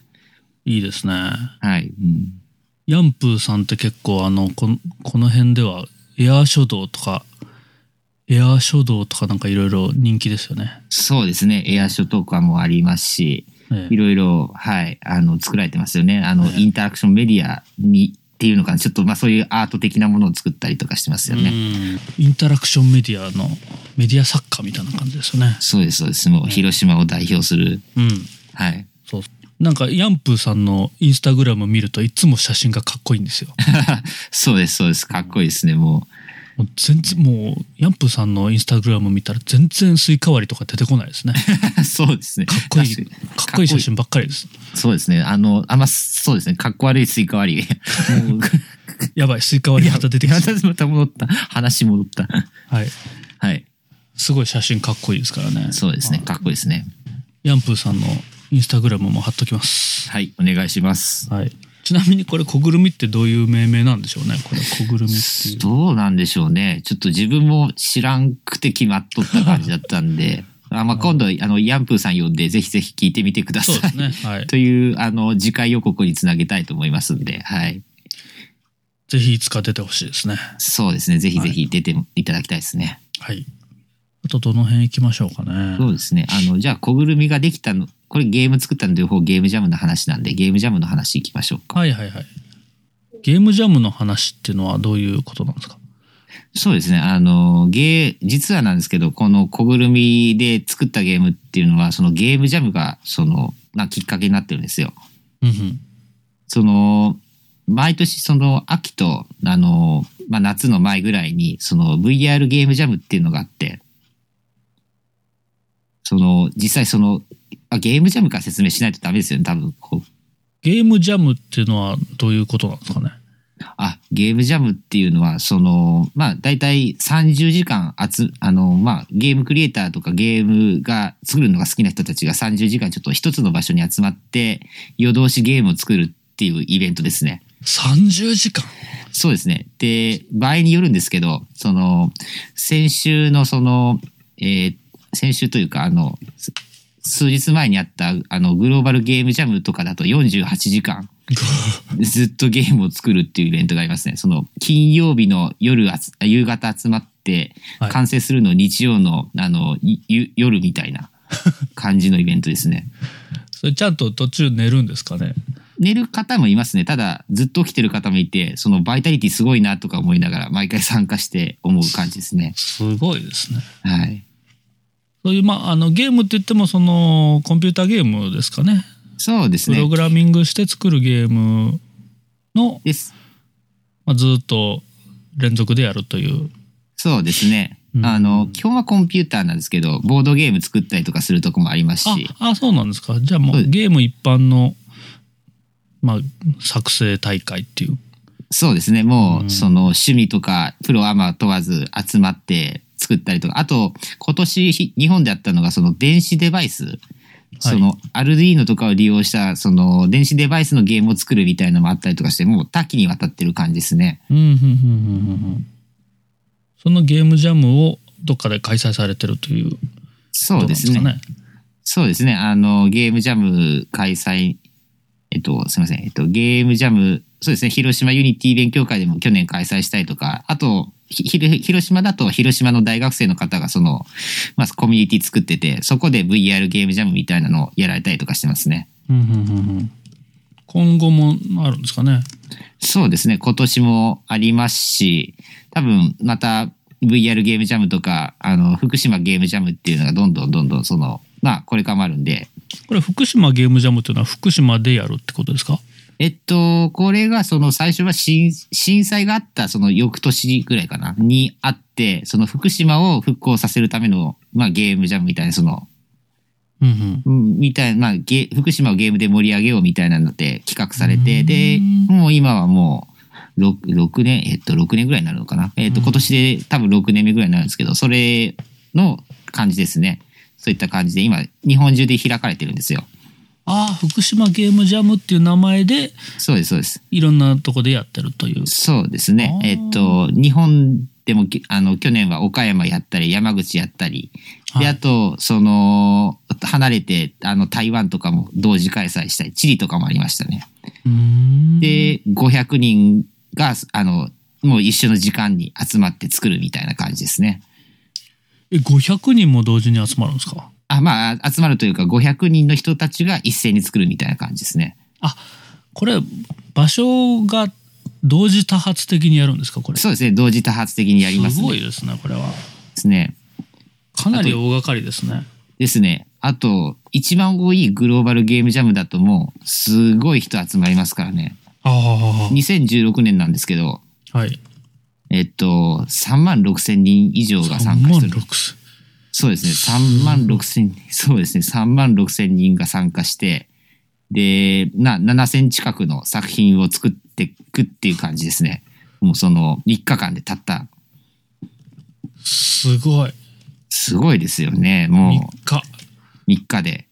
A: いいですね。
B: はい。うん。
A: ヤンプーさんって結構、あの、このこの辺では、エアー書道とか、エアー書道とかなんかいろいろ人気ですよね。
B: そうですね。エアショトークはもうありますし、
A: ええ
B: いろいろ、はい、あの、作られてますよね。あの、
A: はい
B: インタラクションメディアに、っていうのかな。ちょっと、まあ、そういうアート的なものを作ったりとかしてますよね。
A: うんインタラクションメディアのメディア作家みたいな感じですよね。
B: そうです、そうです。もう、広島を代表する、
A: うん。
B: はい。 (laughs)
A: そう。なんかヤンプーさんのインスタグラム見るといつも写真がかっこいいんですよ。
B: そうです、そうです。かっこいいですね、も
A: もう全然もうヤンプーさんのインスタグラム見たら全然スイカ割りとか出てこないですね。か
B: う。 (laughs) そうですね。か
A: っこいいかっこいい写真ばっかりです。
B: そうですね。あの、あんま、そうですね。かっこ悪いスイカ割り。 (laughs) もう
A: やばいスイカ割りまた出てき (laughs)
B: ま
A: た。
B: たまた戻った。話戻った。
A: はい。
B: はい。
A: すごい写真かっこいいですからね。
B: そうですね。
A: はい。
B: かっこいいですね。
A: ヤンプーさんのインスタグラムも貼っときます。
B: はい。お願いします。
A: はい。ちなみにこれ小ぐるみってどういう命名なんでしょうね。これ小ぐるみっていう。
B: どうなんでしょうね。ちょっと自分も知らんくて決まっとった感じだった
A: (laughs)
B: んで。あまあ、今度、あの、ヤンプーさん呼んで、ぜひぜひ聞いてみてくださ
A: (laughs) そ
B: い。
A: うですね。はい。
B: (laughs) という、あの、次回予告につなげたいと思いますんで、はい。
A: ぜひいつか出てほしいですね。
B: そうですね。ぜひぜひ出ていただきたいですね。
A: はい。あとどの辺行きましょうかね。
B: そうですね。あの、じゃあ、小ぐるみができたの、これゲーム作ったの両方ゲームジャムの話なんで、ゲームジャムの話いきましょうか。
A: はいはいはい。ゲームジャムの話っていうのはどういうことなんですか
B: そうですね。あの、ゲー、実はなんですけど、この小ぐるみで作ったゲームっていうのは、そのゲームジャムが、その、まあ、きっかけになってるんですよ。
A: うんうん。
B: その、毎年その秋と、あの、まあ、夏の前ぐらいに、その VR ゲームジャムっていうのがあって、その、実際その、あゲームジャムから説明しないとダメですよね、多分。こう
A: ゲームジャムっていうのはどういうことなんですかね
B: あ、ゲームジャムっていうのは、その、まあ、大体30時間集、あの、まあ、ゲームクリエイターとかゲームが作るのが好きな人たちが30時間ちょっと一つの場所に集まって、夜通しゲームを作るっていうイベントですね。
A: ?30 時間
B: そうですね。で、場合によるんですけど、その、先週のその、えー先週というか、あの、す数日前にあった、あの、グローバルゲームジャムとかだと48時間、ずっとゲームを作るっていうイベントがありますね。その、金曜日の夜あつ、あ夕方集まって
A: はい、
B: 完成するの日曜の、あの、いゆ夜みたいな感じのイベントですね。
A: それちゃんと途中寝るんですかね
B: 寝る方もいますね。ただ、ずっと起きてる方もいて、そのバイタリティすごいなとか思いながら、毎回参加して思う感じですね。
A: すごいですね。
B: はい。
A: そういう、まあ、あのゲームって言ってもそのコンピューターゲームですかね。
B: そうです
A: プ
B: ね
A: ロ。グラミングして作るゲームの、
B: です。
A: まあ、ずっと連続でやるという。
B: そうですね
A: う。ん
B: あの、基本はコンピューターなんですけど、ボードゲーム作ったりとかするとこもあります
A: あ
B: し、
A: あ、そうなんですか。じゃあも
B: そう
A: う
B: です
A: ゲーム一般の、まあ、作成大会っていう。
B: そうですね。も
A: うん
B: う、その、趣味とか、プロアマ問わず集まって作ったりとか、あと、今年ひ日本であったのが、その、電子デバイス。その、アルディーノとかを利用した、その、電子デバイスのゲームを作るみたいなのもあったりとかして、もう多岐にわたってる感じですね。
A: うん、うん、うん、うんうん、うん。そのゲームジャムをどっかで開催されてるということ
B: そ
A: な
B: うん
A: で
B: ですす
A: か
B: ね。
A: ね。
B: そうですね。あの、ゲームジャム開催、えっと、すいません。えっと、ゲームジャム、そうですね。広島ユニティ勉強会でも去年開催したりとか、あと、ひひろ広島だと広島の大学生の方がその、まあ、コミュニティ作ってて、そこで VR ゲームジャムみたいなのをやられたりとかしてますね。
A: うんうんうんうん今後もあるんですかね。
B: そうですね。今年もありますし、多分また VR ゲームジャムとか、あの、福島ゲームジャムっていうのがどんどんどんどんその、まあ、これからもあるんで、
A: これ福島ゲームジャムっていうのは福島でやるってことですか
B: えっと、これがその最初は震震災があったその翌年ぐらいかなにあって、その福島を復興させるための、まあ、ゲームジャムみたいな、その、
A: うんうん。
B: うんみたいな、まあ、ゲ福島をゲームで盛り上げようみたいなので企画され
A: う
B: て、
A: ん
B: で、もう今はもう6、6年、えっと、6年ぐらいになるのかな。えっと、
A: うん
B: 今年で多分6年目ぐらいになるんですけど、それの感じですね。そういった感じで、今、日本中で開かれてるんですよ。
A: ああ、福島ゲームジャムっていう名前で
B: そうです、そうです。
A: いろんなとこでやってるという。
B: そうですね。
A: あー
B: えっと、日本でもきあの去年は岡山やったり、山口やったり、
A: はい
B: で、あと、その、離れて、あの、台湾とかも同時開催したり、チリとかもありましたね。
A: うーん、
B: で、500人が、あの、もう一緒の時間に集まって作るみたいな感じですね。
A: え500人も同時に集まるんですか
B: あ、まあ、集まるというか、500人の人たちが一斉に作るみたいな感じですね。
A: あこれ場所が同時多発的にやるんですかこれ。
B: そうですね。同時多発的にやります
A: す
B: ね。
A: ごいですねこれは。
B: ですね。
A: かなり大掛かりですね。
B: ですね。あと、一番多いグローバルゲームジャムだともう、すごい人集まりますからね。
A: あ
B: 2016年なんですけど、
A: あ。はい。
B: えっと、3万6千人以上が参加する。
A: 千。
B: そうですね。3万6千人。そうですね。3万6千人が参加して、で、な、7千近くの作品を作っていくっていう感じですね。もうその3日間でたった。
A: すごい。
B: すごいですよね。
A: 3
B: も
A: 日。
B: う3日で。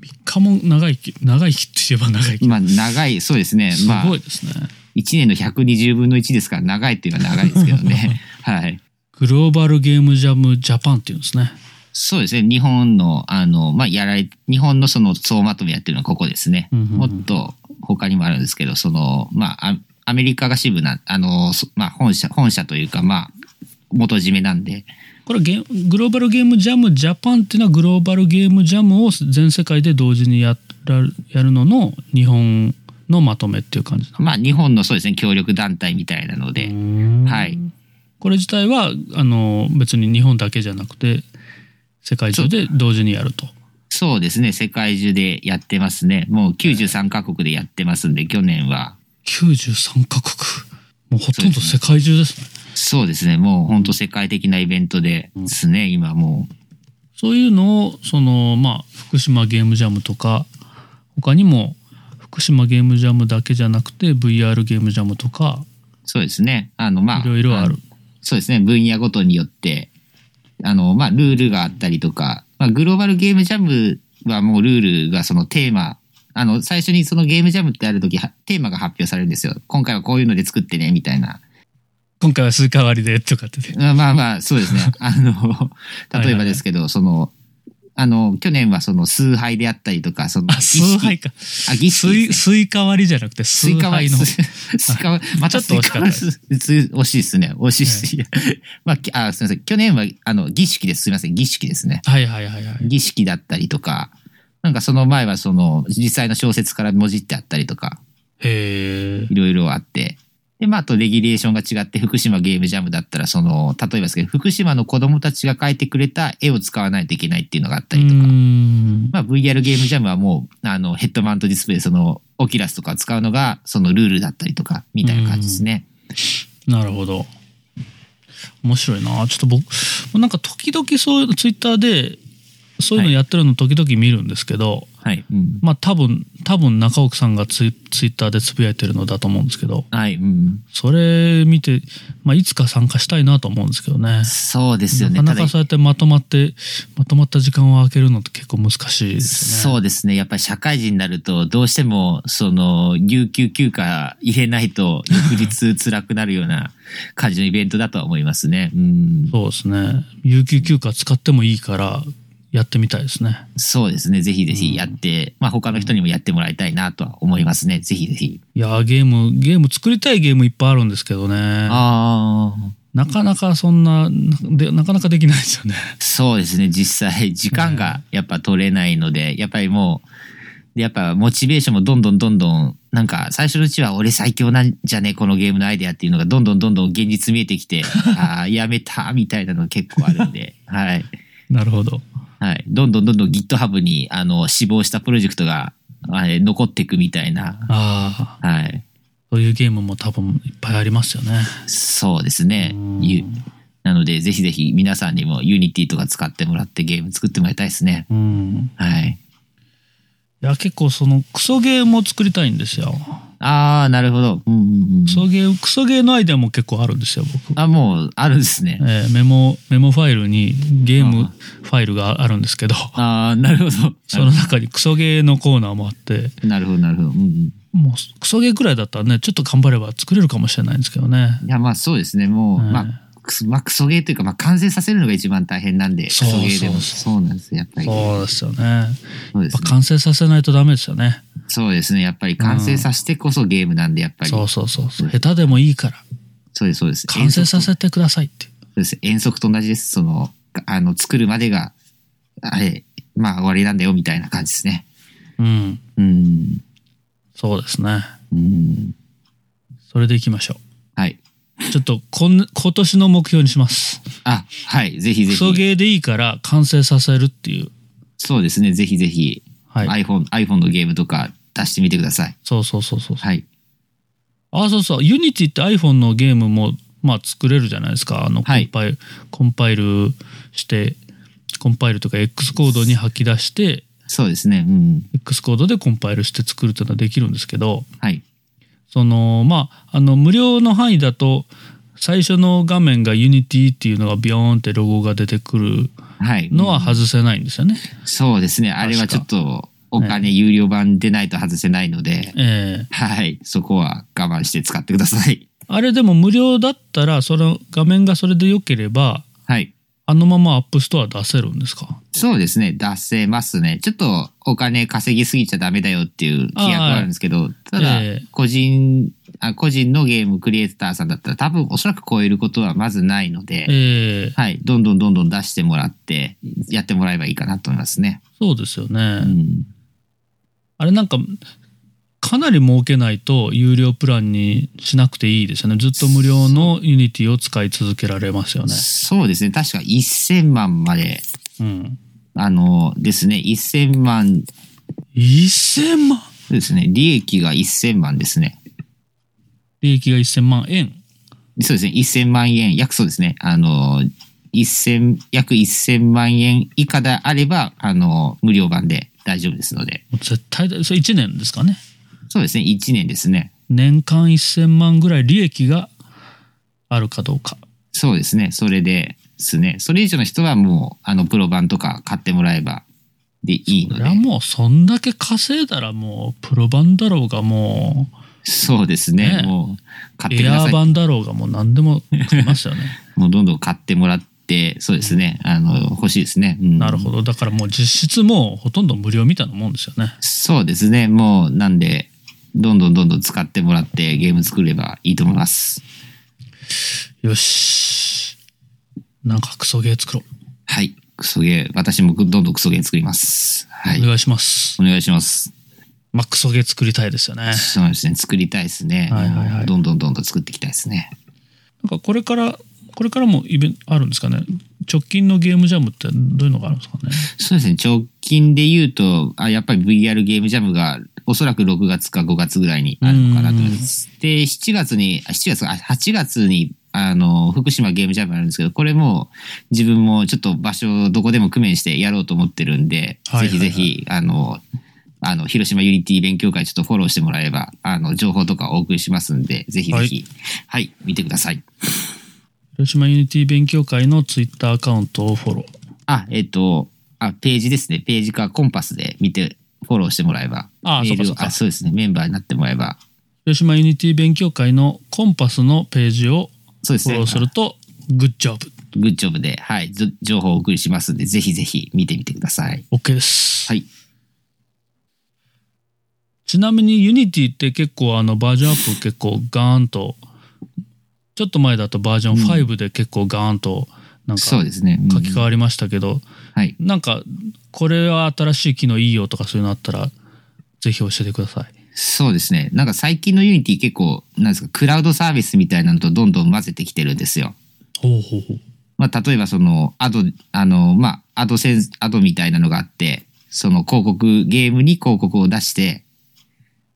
A: 3日も長生き、長生きって言えば長生き。
B: まあ長い、そうですね。
A: す
B: まあ
A: ごいですね。
B: 1年の120分の1ですから長いっていうのは長いですけど
A: (laughs)
B: ね。はい。
A: グローバルゲームジャムジャパンっていうんですね。
B: そうですね。日本の、あの、まあ、やられ、日本のその総まとめやってるのはここですね。
A: うんうんうん
B: もっと他にもあるんですけど、その、まあ、アアメリカが支部な、あの、そまあ、本社、本社というか、まあ、元締めなんで、
A: これはゲーグローバルゲームジャムジャパンっていうのはグローバルゲームジャムを全世界で同時にやらやるのの日本のまとめっていう感じなの
B: まあ、日本のそうですね、協力団体みたいなので、はい。
A: これ自体はあの別に日本だけじゃなくて世界中で同時にやると。
B: そうですね、世界中でやってますね。もう93カ国でやってますんで、去年は。
A: 93カ国もうほとんど世界中ですね
B: そうですね、もう本当世界的なイベントですね、今もう。
A: そういうのをそのまあ福島ゲームジャムとか他にも福島ゲームジャムだけじゃなくて VR ゲームジャムとか
B: そうですね。あの、まあ。
A: いろいろある
B: のそうですね。分野ごとによって、あの、まあ、ルールがあったりとか、まあ、グローバルゲームジャムはもうルールがそのテーマ、あの、最初にそのゲームジャムってある時、はテーマが発表されるんですよ。今回はこういうので作ってね、みたいな。
A: 今回はスイカ割りでとかってね
B: まあまあまあ、そうですね。あの、例えばですけど、その、あの、去年はその崇拝であったりとか、その、
A: (laughs) あ崇拝
B: 儀式
A: か
B: あ、儀式
A: ス
B: ですね
A: イスイカ割りじゃなくて
B: ス
A: 崇
B: イカは
A: 拝の方
B: スイカ (laughs) は、また
A: ちょっと惜しかったです
B: 惜しいですね。惜しいし。まあ、きあ、すみません。去年は、あの、儀式です。すみません。儀式ですね。
A: はいはいはいはい
B: 儀式だったりとか、なんかその前はその、実際の小説から文字ってあったりとか、
A: へえ
B: いろいろあって。で、まあ、あと、レギュレーションが違って、福島ゲームジャムだったら、その、例えばですけど、福島の子供たちが描いてくれた絵を使わないといけないっていうのがあったりとか、まあ、VR ゲームジャムはもう、あの、ヘッドマウントディスプレイ、その、オキュラスとかを使うのが、そのルールだったりとか、みたいな感じですね。
A: なるほど面白いなちょっと僕なんか時々そういうツイッターでそういうのやってるの時々見るんですけど、
B: はい。うん。
A: まあ多分多分中奥さんがツイツイッターでつぶやいてるのだと思うんですけど
B: はい。うん。
A: それ見て、まあ、いつか参加したいなと思うんですけどね
B: そうですよね。
A: なかなか
B: た
A: そ
B: だ
A: うやってまとまってまとまった時間を空けるのって結構難しいですよね
B: そうですね。やっぱり社会人になると、どうしても、その、有給休暇入れないと、翌日辛くなるよ
A: (laughs)
B: うな感じのイベントだとは思いますね。うん。
A: そうですね有給休暇使ってもいいからやってみたいですね
B: そうですね。ぜひぜひやって、まあ他の人にもやってもらいたいなとは思いますね。ぜひぜひ。
A: いやーゲームゲーム作りたいゲームいっぱいあるんですけどね
B: ああ。
A: なかなかそんななでなかなかできないですよね (laughs)
B: そうですね、実際、時間がやっぱ取れないので、やっぱりもう、でやっぱモチベーションもどんどんどんどん、なんか最初のうちは俺最強なんじゃねこのゲームのアイデアっていうのがどんどんどんどん現実見えてきて、ああ、やめた、みたいなの結構あるんで、はい。
A: なるほど
B: はい。どんどんどんどん GitHub に、あの、死亡したプロジェクトが、あれ、残っていくみたいな、
A: ああ
B: はい。
A: そういうゲームも多分いっぱいありますよね
B: そうですね。ゆなので、ぜひぜひ皆さんにも Unity とか使ってもらってゲーム作ってもらいたいですね。
A: うん
B: はい。
A: いや結構そのクソゲームを作りたいんですよ
B: ああ、なるほど。うんうんうん
A: ク。ソゲークソゲーのアイデアも結構あるんですよ僕、
B: あ、もう、あるんですね。
A: えーメモメモファイルにゲーム
B: あ
A: ファイルがあるんですけど
B: ああ、なるほど。
A: その中にクソゲーのコーナーもあって
B: なるほど、なるほど。うんうん。
A: もうクソゲーくらいだったらねちょっと頑張れば作れるかもしれないんですけどね
B: いや、まあそうですね。もう、
A: うん
B: まあ、くすまあ、クソゲーというか、まあ完成させるのが一番大変なんで、ク
A: そ
B: ソ
A: う
B: ゲーでも。
A: そう
B: そうなんですよ、やっぱり。
A: そうですよねやっ
B: そうです
A: ぱ
B: ね。
A: 完成させないとダメですよね
B: そうですね。やっぱり完成させてこそゲームなんで、やっぱり。
A: そうそうそうそう下手でもいいから
B: そうです、そうです。
A: 完成さ
B: 遠足と
A: せてくださいって
B: そうです。遠足と同じです。その、あの、作るまでが、あれ、まあ終わりなんだよ、みたいな感じですね。
A: うん
B: うん。
A: そうですね
B: うん。
A: それでいきましょ
B: はい。
A: うちょっとこん今年の目標にします
B: あ、はい。ぜひ
A: ク
B: ぜひ。
A: ソゲーでいいから完成させるっていう
B: そうですね。ぜひぜひ、
A: はい、
B: iPhone、iPhone のゲームとか出してみてください。
A: そうそうそうそう
B: はい。
A: あそうそうユニティって iPhone のゲームもまあ作れるじゃないですかあのコ
B: はい
A: ンパイ、コンパイルしてコンパイルとか X コードに吐き出して
B: そうですね。うん。
A: X コードでコンパイルして作るっていうのはできるんですけど
B: はい。
A: そのまああの無料の範囲だと最初の画面が Unity っていうのがビヨーンってロゴが出てくる
B: はい。
A: のは外せないんですよね。
B: そうですね。あれはちょっと、お金有料版でないと外せないので、
A: ええ
B: はい。そこは我慢して使ってください。
A: あれでも無料だったらその画面がそれで良ければ
B: はい。
A: あのままアップストア出せるんですか
B: そうですね、出せますね。ちょっとお金稼ぎすぎちゃダメだよっていう規約はあるんですけど、ただ
A: ええ、
B: 個人、あ、個人のゲームクリエイターさんだったら多分おそらく超えることはまずないので、
A: ええ
B: はい、どんどんどんどん出してもらって、やってもらえばいいかなと思いますね。
A: そうですよね。
B: うん。
A: あれなんか、かなり儲けないと有料プランにしなくていいですよね。ずっと無料のユニティを使い続けられますよね。
B: そうですね、確か1000万まで、
A: うん。
B: あのですね、1000万、
A: 1000万
B: そうですね、利益が1000万ですね。
A: 利益が1000万円。
B: そうですね、1000万円、約そうですね、あの、1000、約1000万円以下であれば、あの、無料版で大丈夫ですので。
A: もう絶対だ、それ1年ですかね。
B: そうですね、1年ですね。
A: 年間1000万ぐらい利益があるかどうか。
B: そうですね、それでですね。それ以上の人はもう、あの、プロ版とか買ってもらえばでいい
A: そ
B: の
A: れは
B: で。
A: もうそんだけ稼いだらもうプロ版だろうがも
B: そうですね、
A: ね
B: もう、買って
A: うエ
B: くだ
A: ア
B: さ
A: ー
B: い。
A: 版だろうがもう何でも買いますよね。
B: もうどんどん買ってもらって、そうですね、あの、欲しいですね。うん
A: なるほど。だからもう実質もうほとんど無料みたいなもんですよね。
B: そうですね、もう、なんで、どんどんどんどん使ってもらってゲーム作ればいいと思います。
A: よし。なんかクソゲー作ろ
B: はい。クソゲー。私もどんどんクソゲー作ります。は
A: う。
B: い
A: お。願いします。
B: お願いします。
A: まあ、クソゲー作りたいですよね。
B: そうですね。作りたいですね。
A: はいはいはい
B: どんどんどんどん作っていきたいですね。
A: なんかこれから、これからもイベントあるんですかね。直近のゲームジャムってどういうのがあるんですかね。
B: そうですね。直近で言うと、あやっぱり VR ゲームジャムが、おそらく6月か5月ぐらいにあるのかなと思います。で、7月に、あ7月か、あ8月に、あの、福島ゲームジャムあるんですけど、これも自分もちょっと場所をどこでも工面してやろうと思ってるんで、
A: はいはいはい
B: ぜひぜひ、あの、あの、広島ユニティ勉強会ちょっとフォローしてもらえば、あの、情報とかお送りしますんで、ぜひぜひ、はい、見てください。
A: 広島ユニティ勉強会のツイッターアカウントをフォロー。
B: あ、えっ、と、あ、ページですね。ページかコンパスで見て、フォローしてもらえば。
A: あ
B: メールを
A: そうかそうか
B: あ、そうですね。メンバーになってもらえば。
A: 広島ユニティ勉強会のコンパスのページを
B: そうで
A: フ
B: す
A: ォ
B: ね。
A: ローすると、グッジョブ。
B: あグッジョブで、はい。ず情報をお送りしますんで、ぜひぜひ見てみてください。
A: OK です。
B: はい。
A: ちなみにユニティって結構あのバージョンアップ結構ガーンとちょっと前だとバージョン5で結構ガーンとなんか
B: そう
A: 書
B: ですね。うん
A: き換わりましたけど
B: はい。
A: なんかこれは新しい機能いいよとかそういうのあったらぜひ教えてください。
B: そうですね。なんか最近のユニティ結構、なんですか、クラウドサービスみたいなのとどんどん混ぜてきてるんですよ。
A: ほうほうほう。
B: まあ、例えばその、アド、あの、まあ、アドセンス、アドみたいなのがあって、その広告、ゲームに広告を出して、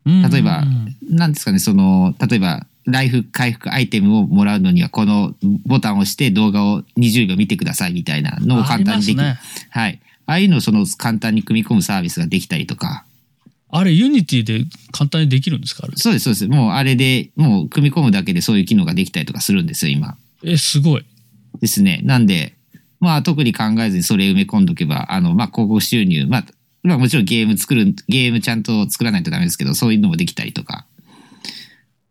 B: 例えば、なんですかね、その、例えば、ライフ回復アイテムをもらうのには、このボタンを押して動画を20秒見てくださいみたいなのを簡単にで
A: あり
B: きる。
A: ますね
B: はい。ああいうのをその簡単に組み込むサービスができたりとか。
A: あれユニティで簡単にできるんですかあれ
B: そうです、そうです。もうあれで、もう組み込むだけでそういう機能ができたりとかするんですよ、今。
A: えすごい。
B: ですね。なんで、まあ特に考えずにそれ埋め込んどけば、あの、まあ広告収入、まあ、まあもちろんゲーム作る、ゲームちゃんと作らないとダメですけど、そういうのもできたりとか。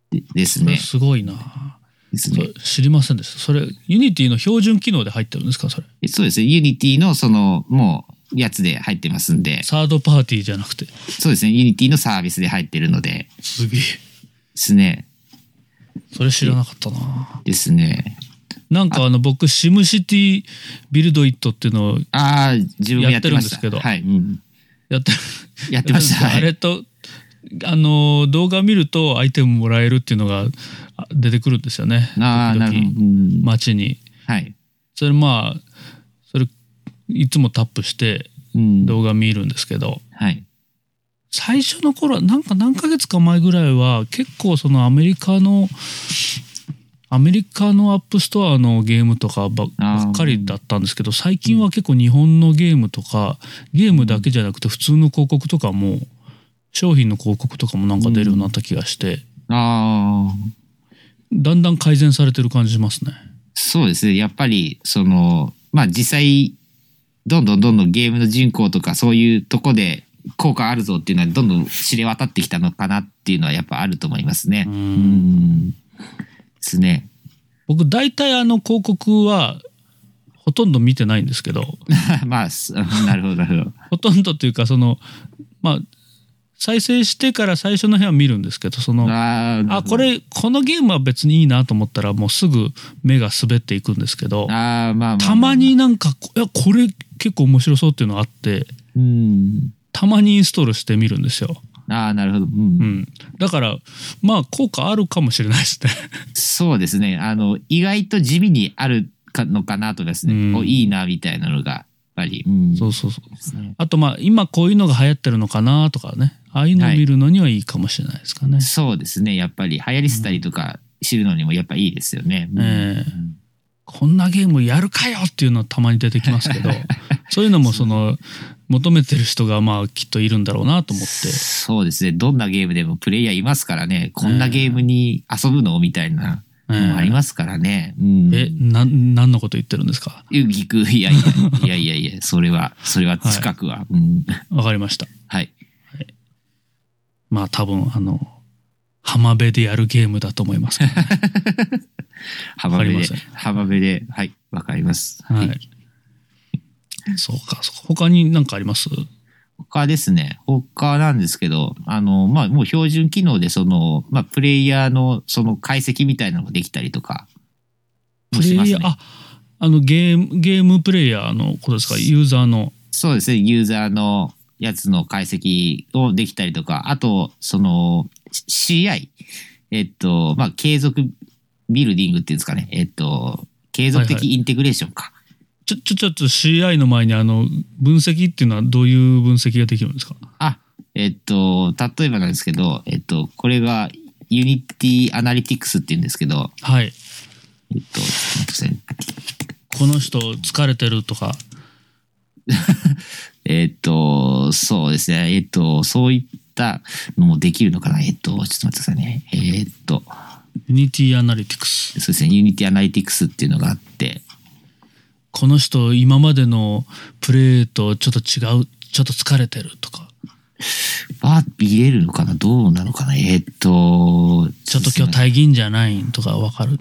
B: でです
A: それ
B: ね。
A: すごいな。
B: です
A: そ
B: ね
A: れ。知りませんでした。それユニティの標準機能で入ってるんですかそれ。
B: そうですね。ユニティのその、もう、やつで入ってますんで、
A: サードパーティーじゃなくて。
B: そうですね。ユニティのサービスで入ってるので、
A: すげえ。
B: ですね。
A: それ知らなかったな。
B: ですね。
A: なんかあの僕、シムシティビルドイットっていうのを
B: ああ、自分もやってました。
A: やってるんですけど
B: はい。うん
A: やってる。
B: やってました。
A: (laughs) や
B: は
A: ってるん
B: い。
A: ですけどあれと、あの、動画見るとアイテムもらえるっていうのがあ出てくるんですよね。
B: ああ、な
A: 時
B: るほど。う
A: 々
B: ん
A: 街に。
B: はい。
A: それまあ、それ、いつもタップして
B: うん
A: 動画見るんですけど、
B: はい。
A: 最初の頃はなんか何ヶ月か前ぐらいは結構そのアメリカのアメリカのアップストアのゲームとかばばっかりだったんですけど最近は結構日本のゲームとかゲームだけじゃなくて普通の広告とかも商品の広告とかもなんか出るようになった気がして
B: ああ、
A: だんだん改善されてる感じしますね。
B: そうですね。やっぱり、その、まあ実際、どんどんどんどんゲームの人口とかそういうとこで効果あるぞっていうのはどんどん知れ渡ってきたのかなっていうのはやっぱあると思いますね。うん。ですね。
A: 僕大体あの広告はほとんど見てないんですけど、
B: (laughs) まあ、すなるほど、なるほど。
A: ほとんどというか、その、まあ、再生してから最初の辺は見るんですけど、その、
B: あー
A: あ、こ。れ、このゲームは別にいいなと思ったら、もうすぐ目が滑っていくんですけど、
B: ああ、まあまあまあ
A: たま。になんか、こいや、これ結構面白そうっていうのがあって、
B: うん。
A: たまにインストールしてみるんですよ。
B: ああ、なるほど。うん。
A: うん。だから、まあ、効果あるかもしれないですね。 (laughs)
B: そうですね。あの、意外と地味にあるかのかなとですね。
A: うん
B: おいいな、みたいなのが、やっぱり。うん。
A: そううそうそう。
B: ですね。
A: あと、まあ、今こういうのが流行ってるのかなとかね、ああいうのを見るのにはいいかもしれないですかね。
B: そうですね。やっぱり、流行りしたりとか知るのにもやっぱいいですよね。うん
A: ええこんなゲームやるかよっていうのはたまに出てきます
B: (laughs)
A: けどそういうのもその求めてる人がまあきっといるんだろうなと思って
B: そうですね。どんなゲームでもプレイヤーいますからね。こんなゲームに遊ぶのみたいなのもありますからね。うん。
A: えな何のこと言ってるんですか
B: ゆぎく、いやいや、いやいやいや、それは、それは近くは。うん。
A: わかりました
B: はい。
A: まあ多分あの浜辺でやるゲームだと思います
B: (laughs)
A: けどね
B: 浜辺
A: わ
B: で
A: かりま。
B: 浜辺で。はい。わかります。は。
A: はいいそうかそうか他に何かあります
B: 他ですね。他なんですけど、あの、まあ、もう標準機能で、その、まあ、プレイヤーの、その解析みたいなのができたりとか、
A: プ
B: も
A: レ
B: しま
A: イ
B: す
A: ヤ
B: ね
A: ー。ああのゲームゲームプレイヤーのことですかユーザーの
B: そうですね、ユーザーのやつの解析をできたりとか、あと、その、C- CI、えっと、まあ、継続ビルディングっていうんですかね、えっと、継続
A: はいは
B: 的インテグレーションか。
A: ちょちょちょっと CI の前にあの分析っていうのはどういう分析ができるんですか
B: えっと、例えばなんですけど、えっと、これが Unity Analytics っていうんですけど、
A: はい
B: えっと、ちょっと待ってください
A: この人疲れてるとか
B: えっと、そうですね、えっと、そういったのもできるのかな、えっと、ちょっと待ってくださいね、えっと、
A: Unity Analytics
B: そうですね、Unity Analytics っていうのがあって、
A: この人今までのプレーとちょっと違うちょっと疲れてるとか
B: は見れるのかなどうなのかなえーっと、
A: ちょっと今日大銀じゃないとか分かる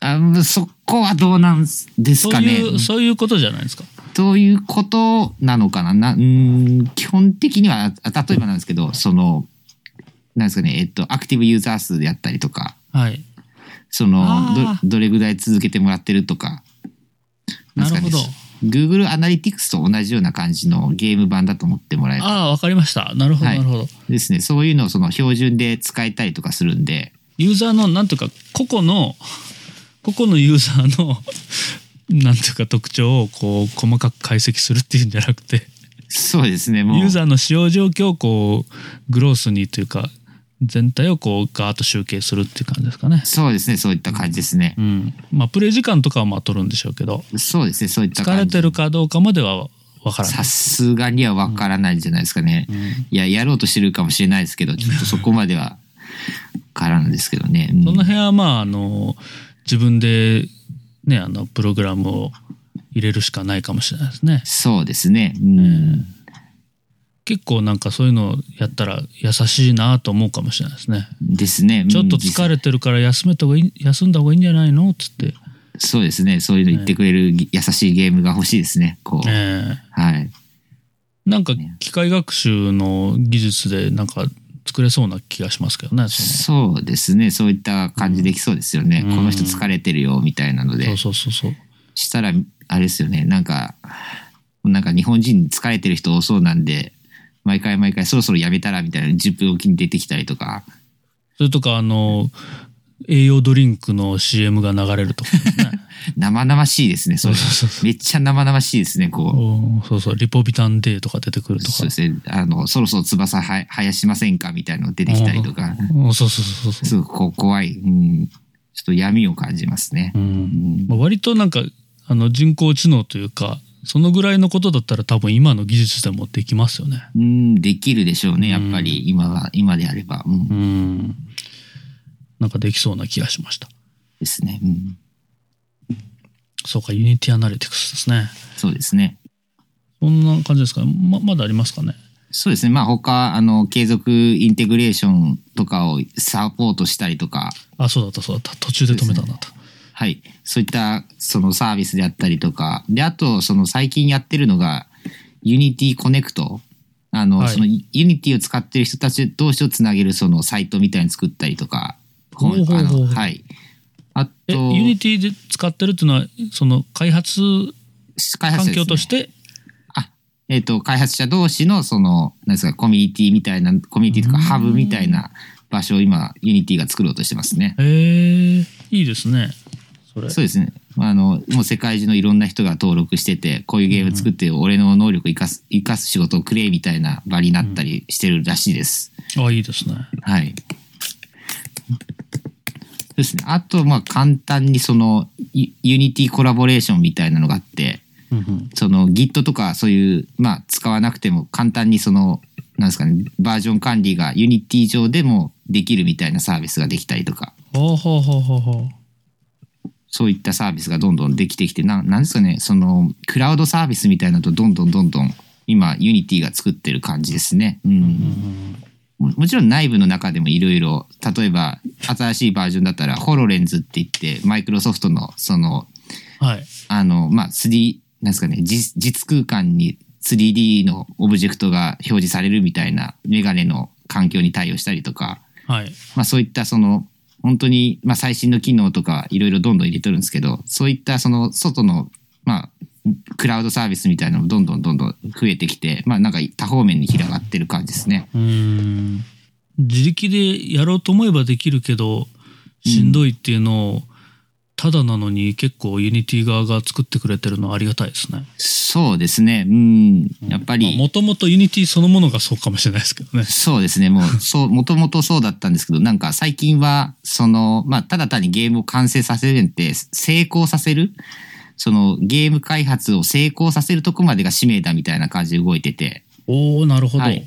B: あのそこはどうなんです
A: そう
B: かね
A: いうそういうことじゃないですか
B: どういうことなのかななうーん基本的には、あ例えばなんですけど、その、なんですかね、えーっと、アクティブユーザー数であったりとか、
A: はい
B: その
A: あ、
B: ど、どれぐらい続けてもらってるとか。んですかね
A: なるほど。
B: Google Analytics と同じような感じのゲーム版だと思ってもらえる
A: ああ分かりましたなるほど
B: は
A: ないるほど、
B: ですね。そういうのをその標準で使えたりとかするんで、
A: ユーザーのなんていうか個々の個々のユーザーのなんていうか特徴をこう細かく解析するっていうんじゃなくて
B: そうですね、もう。
A: ユーザーの使用状況をこうグロースにというか全体をこうガーッと集計するっていう感じですかね。
B: そうですね、そういった感じですね
A: う。ん、まあプレイ時間とかはまあ取るんでしょうけど
B: そうですね、そういった
A: 疲
B: 感
A: れ
B: じ。
A: てるかどうかまでは分からな
B: さ
A: い。
B: すがにはわからないんじゃないですかね。
A: うん
B: いや、やろうとしてるかもしれないですけど、ちょっとそこまではわからんですけどね。うん
A: その辺はまああの自分でねあのプログラムを入れるしかないかもしれないですね。
B: そうですね。うん。
A: 結構なんかそういうのやったら優しいなと思うかもしれないですね。
B: ですね。
A: ちょっと疲
B: れ
A: れてるから休めた方がいい休んだ方がいいんじゃないのっつって。
B: そうですね。そういうの言ってくれるぎ優しいゲームが欲しいですね。こう。
A: ええ
B: はい。
A: なんか機械学習の技術でなんか作れそうな気がしますけどね。そ
B: そうですね。そういった感じできそうですよね。
A: うん
B: この人疲れてるよ、みたいなので。
A: のそうそうそうそう。
B: したら、あれですよね、なんか、なんか日本人疲れてる人多そうなんで、毎回毎回そろそろやめたらみたいな10分おきに出てきたりとか、
A: それとかあの栄養ドリンクの CM が流れるとか、
B: (laughs)
A: ね。
B: 生々しいですね、そ
A: そう
B: れ。
A: そうそう。
B: めっちゃ生々しいですね、こ
A: おーそうそうリポビタン D とか出てくる
B: う。
A: と
B: そ
A: か
B: うで。すね、あの、そろそろ翼は生やしませんかみたいなの出てきたりとか、
A: うんそうそうそうそう。
B: すごくこう怖い、うん、ちょっと闇を感じますね
A: う。ん。
B: うん
A: まあ、割となんかあの人工知能というかそのぐらいのことだったら多分今の技術でもできますよね。
B: うん、できるでしょうね、やっぱり、今は、今であれば。うん、
A: うん。なんかできそうな気がしました。
B: ですね。うん、
A: そうかユニティアナリティクスですね。
B: そうですね。
A: そんな感じですかね。ままだありますかね。
B: そうですね。まあ他、あの、継続インテグレーションとかをサポートしたりとか、
A: あ、そうだった、そうだった。途中で止めたんだった。
B: はい。そういった、そのサービスであったりとか、で、あと、その最近やってるのが、Unity Connect。あの、
A: はい
B: その Unity を使ってる人たち同士をつなげる、そのサイトみたいに作ったりとか、
A: ほうほうほう
B: あのはい。あと、
A: え、Unity で使ってるっていうのは、その開発
B: 開
A: 環
B: 発者ですね
A: 境として、
B: あ、えっ、と、開発者同士の、その、なんですか、コミュニティみたいな、コミュニティとか、
A: うん
B: ハブみたいな場所を今、Unity が作ろうとしてますね。
A: へえいいですね。それ。
B: そうですね。あの、もう世界中のいろんな人が登録してて、こういうゲーム作ってよ、俺の能力生かす、生かす仕事をくれ、みたいな場になったりしてるらしいです。
A: あ、いいですね。
B: はい。そうですね。あと、まあ、簡単にその、ユユニティコラボレーションみたいなのがあって、
A: うんうん
B: その Git とかそういう、まあ、使わなくても簡単にその、なんですかね、バージョン管理が Unity 上でもできるみたいなサービスができたりとか、
A: ほうほうほうほうほ
B: そういったサービスがどんどんできてきて、ななんですかね、その、クラウドサービスみたいなのとどんどんどんどん、今、Unity が作ってる感じですね。うん。
A: う。うん
B: ももちろん内部の中でもいろいろ、例えば、新しいバージョンだったら、ホロレンズって言って、マイクロソフトの、その、
A: はい。
B: あの、まあ、3、なんですかね、実実空間に 3D のオブジェクトが表示されるみたいなメガネの環境に対応したりとか、
A: はい。
B: まあ、そういったその、本当に、まあ、最新の機能とかいろいろどんどん入れてるんですけど、そういったその外の、まあ、クラウドサービスみたいなのもどんどんどんどん増えてきて、まあ、なんか多方面に広がってる感じですね。
A: うーん。自力でやろうと思えばできるけど、しんどいっていうのを、ただなのに結構 Unity 側が作ってくれてるのはありがたいですね。
B: そうですね。うん。やっぱり。
A: もともと Unity そのものがそうかもしれないですけどね。
B: そうですね。もう、そう、もともとそうだったんですけど、なんか最近は、その、まあ、ただ単にゲームを完成させるんって、成功させるその、ゲーム開発を成功させるとこまでが使命だみたいな感じで動いてて、
A: おおなるほど。
B: はい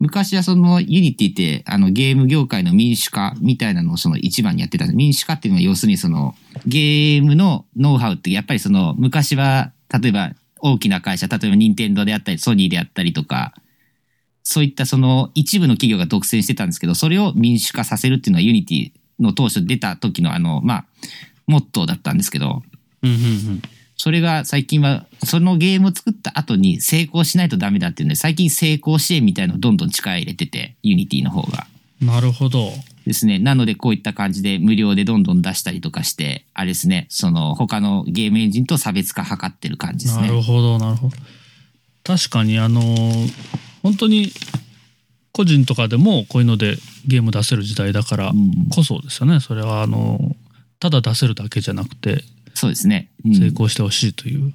B: 昔はその、ユニティって、あの、ゲーム業界の民主化みたいなのをその一番にやってたんです。民主化っていうのは要するにその、ゲームのノウハウって、やっぱりその、昔は、例えば、大きな会社、例えば任天堂であったり、ソニーであったりとか、そういったその一部の企業が独占してたんですけど、それを民主化させるっていうのはユニティの当初出た時のあの、まあ、モットーだったんですけど、
A: うんうんうん。
B: それが最近は、そのゲームを作った後に成功しないとダメだっていうんで、最近成功支援みたいのをどんどん力入れてて、ユニティの方が。
A: なるほど。
B: ですね。なのでこういった感じで無料でどんどん出したりとかして、あれですね、その他のゲームエンジンと差別化図ってる感じです
A: なる
B: ね。
A: ほどなるほど確かにあのー本当に個人とかでもこういうのでゲーム出せる時代だから
B: うん
A: こそですよね、それはあのーただ出せるだけじゃなくて
B: そうですね。うん
A: 成功してほしいという、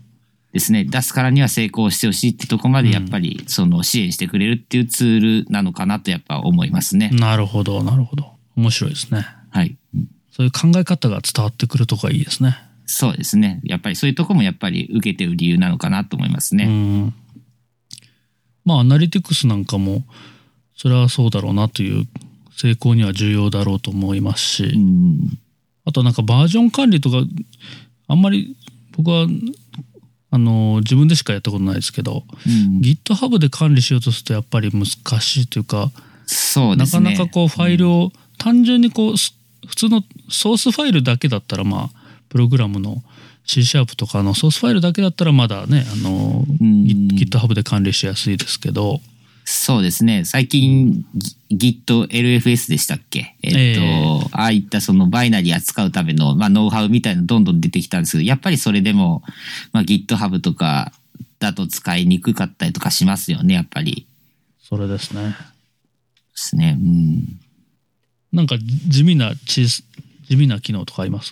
B: ですね。出すからには成功してほしいってとこまでやっぱり、その支援してくれるっていうツールなのかなとやっぱ思いますね。
A: なるほどなるほど面白いですね
B: はい。
A: そういう考え方が伝わってくるとかいいですね
B: そうですね。やっぱりそういうとこもやっぱり受けてる理由なのかなと思いますね。
A: うんまあアナリティクスなんかもそれはそうだろうなという成功には重要だろうと思いますし、
B: うん
A: あとなんかバージョン管理とかあんまり僕はあの自分でしかやったことないですけど、
B: うん、
A: GitHub で管理しようとするとやっぱり難しいというか
B: そうで
A: な
B: す
A: か
B: ね。
A: なかこうファイルを単純にこうす普通のソースファイルだけだったらまあプログラムの C シャープとかのソースファイルだけだったらまだねあの
B: うん
A: Git- GitHub で管理しやすいですけど
B: そうですね。最近、ぎ Git LFS でしたっけえっ、と、
A: え
B: ああいったそのバイナリー扱うための、まあ、ノウハウみたいなのどんどん出てきたんですけど、やっぱりそれでも、まあ、GitHub とかだと使いにくかったりとかしますよね、やっぱり。
A: それですね
B: ですね。うん。
A: なんか地味な小さ地味な機能とかあります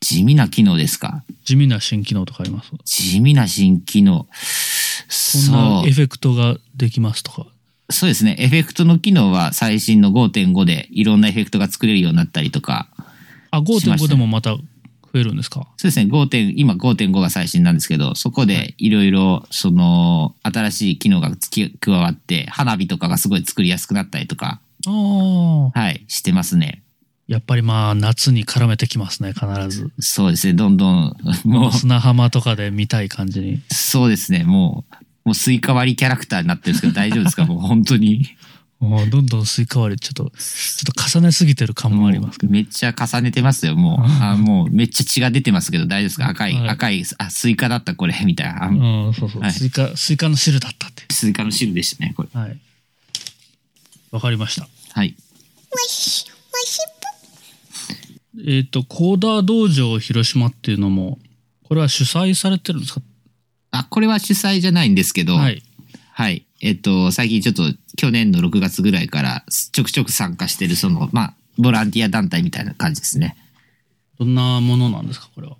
B: 地味な機能ですか
A: 地味な新機能とかあります
B: 地味な新機能。
A: こんな
B: そ
A: エフェクトができますとか。
B: う。そうですね。エフェクトの機能は最新の5.5でいろんなエフェクトが作れるようになったりとか。
A: あ、
B: しました
A: 5.5
B: ね
A: でもまた増えるんですか
B: そうですね。5点、今5.5が最新なんですけど、そこでいろいろ、その、新しい機能が付き加わって、花火とかがすごい作りやすくなったりとか、
A: ああ。
B: はい、してますね。
A: やっぱりまあ夏に絡めてきますね、必ず。
B: そうですね。どんどん、 (laughs) もう、
A: 砂浜とかで見たい感じに。
B: そうですね。もう、もうスイカ割りキャラクターになってるんですけど、大丈夫ですかもう本当に。
A: うもうどんどんスイカ割りちょっと、ちょっと重ねすぎてる感もありますけど。
B: めっちゃ重ねてますよ、もう。あもうめっちゃ血が出てますけど、大丈夫ですか赤い、
A: はい
B: 赤い、あ、スイカだった、これ、みたいな。あ
A: うん、そうそう、
B: はい
A: スイカ、スイカの汁だったって。
B: スイカの汁でしたね、これ。
A: はい。わかりました。
B: はい。
A: えっ、と、コーダー道場広島っていうのも、これは主催されてるんですか
B: あ、これは主催じゃないんですけど、
A: は
B: はい。
A: い。
B: えっと、最近ちょっと去年の6月ぐらいから、ちょくちょく参加してる、その、まあ、ボランティア団体みたいな感じですね。
A: どんなものなんですか、これは。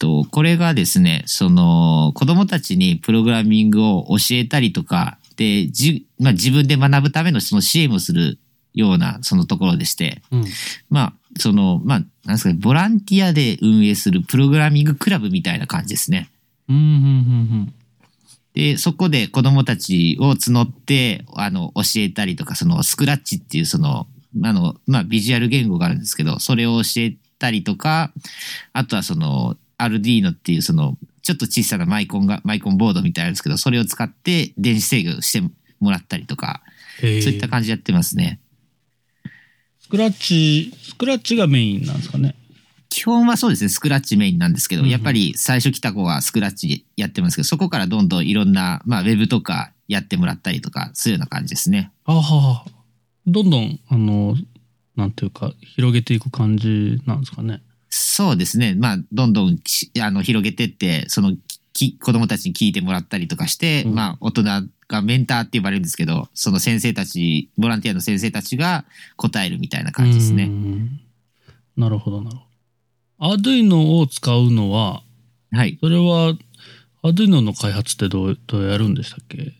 B: と、これがですね、その、子供たちにプログラミングを教えたりとか、で、じ、まあ、自分で学ぶためのその支援をするような、そのところでして、
A: うん。
B: まあ、その、まあ、なんですかね、ボランティアで運営するプログラミングクラブみたいな感じですね。
A: うん、うん、
B: で、そこで子供たちを募って、あの、教えたりとか、その、スクラッチっていう、その、あの、まあ、ビジュアル言語があるんですけど、それを教えたりとか、あとはその、アルディーノっていう、その、ちょっと小さなマイコンが、マイコンボードみたいなんですけど、それを使って電子制御してもらったりとか、
A: うん。へえ
B: そういった感じでやってますね。
A: スクラッチ、スクラッチがメインなんですかね。
B: 基本はそうですね、スクラッチメインなんですけど、
A: うんうん
B: やっぱり最初来た子はスクラッチやってますけど、そこからどんどんいろんな、まあ、ウェブとかやってもらったりとか、そういうような感じですね。
A: あはどんどん、あの、なんていうか、広げていく感じなんですかね。
B: そうですね。まあ、どんどんしあの広げてって、そのき子供たちに聞いてもらったりとかして、
A: うん
B: まあ、大人がメンターって呼ばれるんですけど、その先生たち、ボランティアの先生たちが答えるみたいな感じです
A: う
B: ね。
A: んなるほど、なるほど。アドゥイノを使うのは、
B: はい。
A: それは、アドゥイノの開発ってどうどうやるんでしたっけ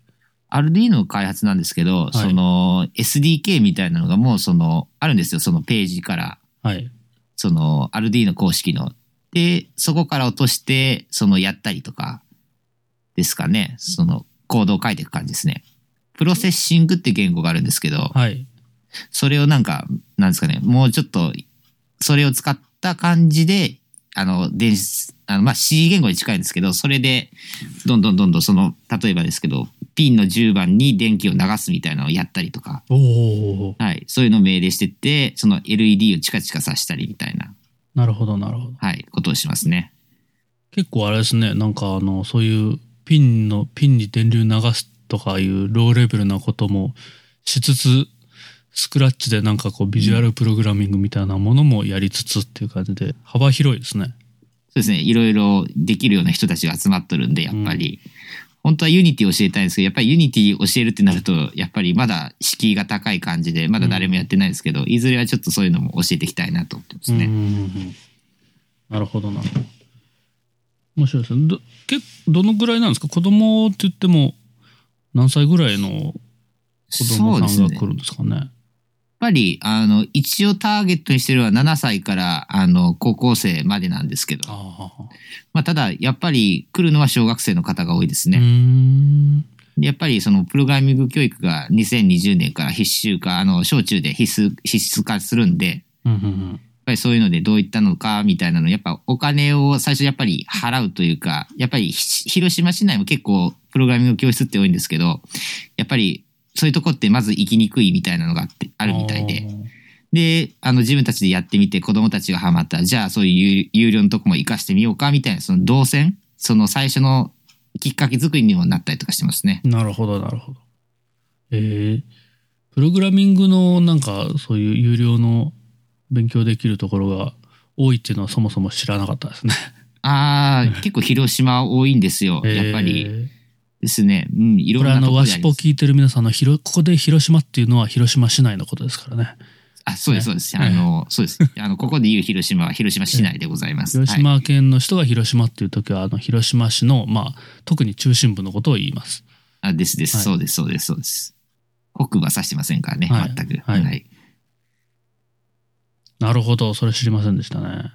B: アルディーノの開発なんですけど、
A: い
B: その SDK みたいなのがもうその、あるんですよ。そのページから、
A: はい。
B: そのアルディーノ公式の。で、そこから落として、そのやったりとか、ですかね。そのコードを書いていく感じですね。プロセッシングって言語があるんですけど、
A: はい。
B: それをなんか、なんですかね、もうちょっと、それを使った感じで、あの、電子、あの、まあ、C 言語に近いんですけど、それで、どんどんどんどん、その、例えばですけど、ピンの10番に電気を流すみたいなのをやったりとか、
A: おお
B: はい、そういうのを命令してって、その LED をチカチカさせたりみたいな、
A: なるほど、なるほど。
B: はい、ことをしますね。
A: 結構あれですね、なんかあの、そういうピンの、ピンに電流流すとかいうローレベルなこともしつつ、スクラッチでなんかこうビジュアルプログラミングみたいなものもやりつつっていう感じで、幅広いですね。
B: そうですね、いろいろできるような人たちが集まっとるんで、やっぱり、本当はユニティ教えたいんですけど、やっぱりユニティ教えるってなると、やっぱりまだ敷居が高い感じで、まだ誰もやってないんですけど、いずれはちょっとそういうのも教えていきたいなと思ってます
A: うん
B: ね。
A: うんうんなるほどなるほど。面白いですね。どけどのぐらいなんですか子供って言っても何歳ぐらいの子
B: そう
A: 供
B: で
A: さ
B: す
A: んが
B: ね。
A: 来
B: やっ
A: るんですかね。
B: ぱり、あの、一応ターゲットにしてるのは7歳から、あの、高校生までなんですけど、
A: ああ。
B: まあ、ただ、やっぱり来るのは小学生の方が多いです
A: うー
B: ね。
A: ん。
B: でやっぱりそのプログラミング教育が2020年から必修化、あの、小中で必須、必須化するんで、
A: うんうんうん。
B: やっぱりそういうのでどういったのかみたいなの、やっぱお金を最初やっぱり払うというか、やっぱりひ広島市内も結構プログラミング教室って多いんですけど、やっぱりそういうとこってまず行きにくいみたいなのがあってあるみたいで、で、あの自分たちでやってみて子供たちがハマったら、じゃあそういう有有料のとこも活かしてみようかみたいな、その動線、その最初のきっかけ作りにもなったりとかしてますね。
A: なるほどなるほど。えープログラミングのなんかそういう有料の勉強できるところが多いっていうのはそもそも知らなかったですね。
B: ああ、結構広島多いんですよ。やっぱ
A: え
B: り
A: ー
B: ですね。うん、いろ
A: こ
B: ん
A: れあ
B: なと
A: の
B: こ
A: ワ
B: ろであ
A: シ
B: り
A: ポ
B: ます。
A: 聞いてる皆さんあのひろここで広島っていうのは広島市内のことですからね
B: あ、そうです、そうです。
A: ね
B: あの、そうです。あの、ここで言う広島は広島市内でございます。
A: 広
B: はい、
A: 島県の人が広島っていう時はあの広島市のまあ特に中心部のことを言います
B: あ、ですです、
A: はい
B: そうです、そうです、そうです。北部は指してませんからね、
A: はい
B: 全く。
A: は
B: はいい。はい。
A: なるほどそれ知りませんでしたね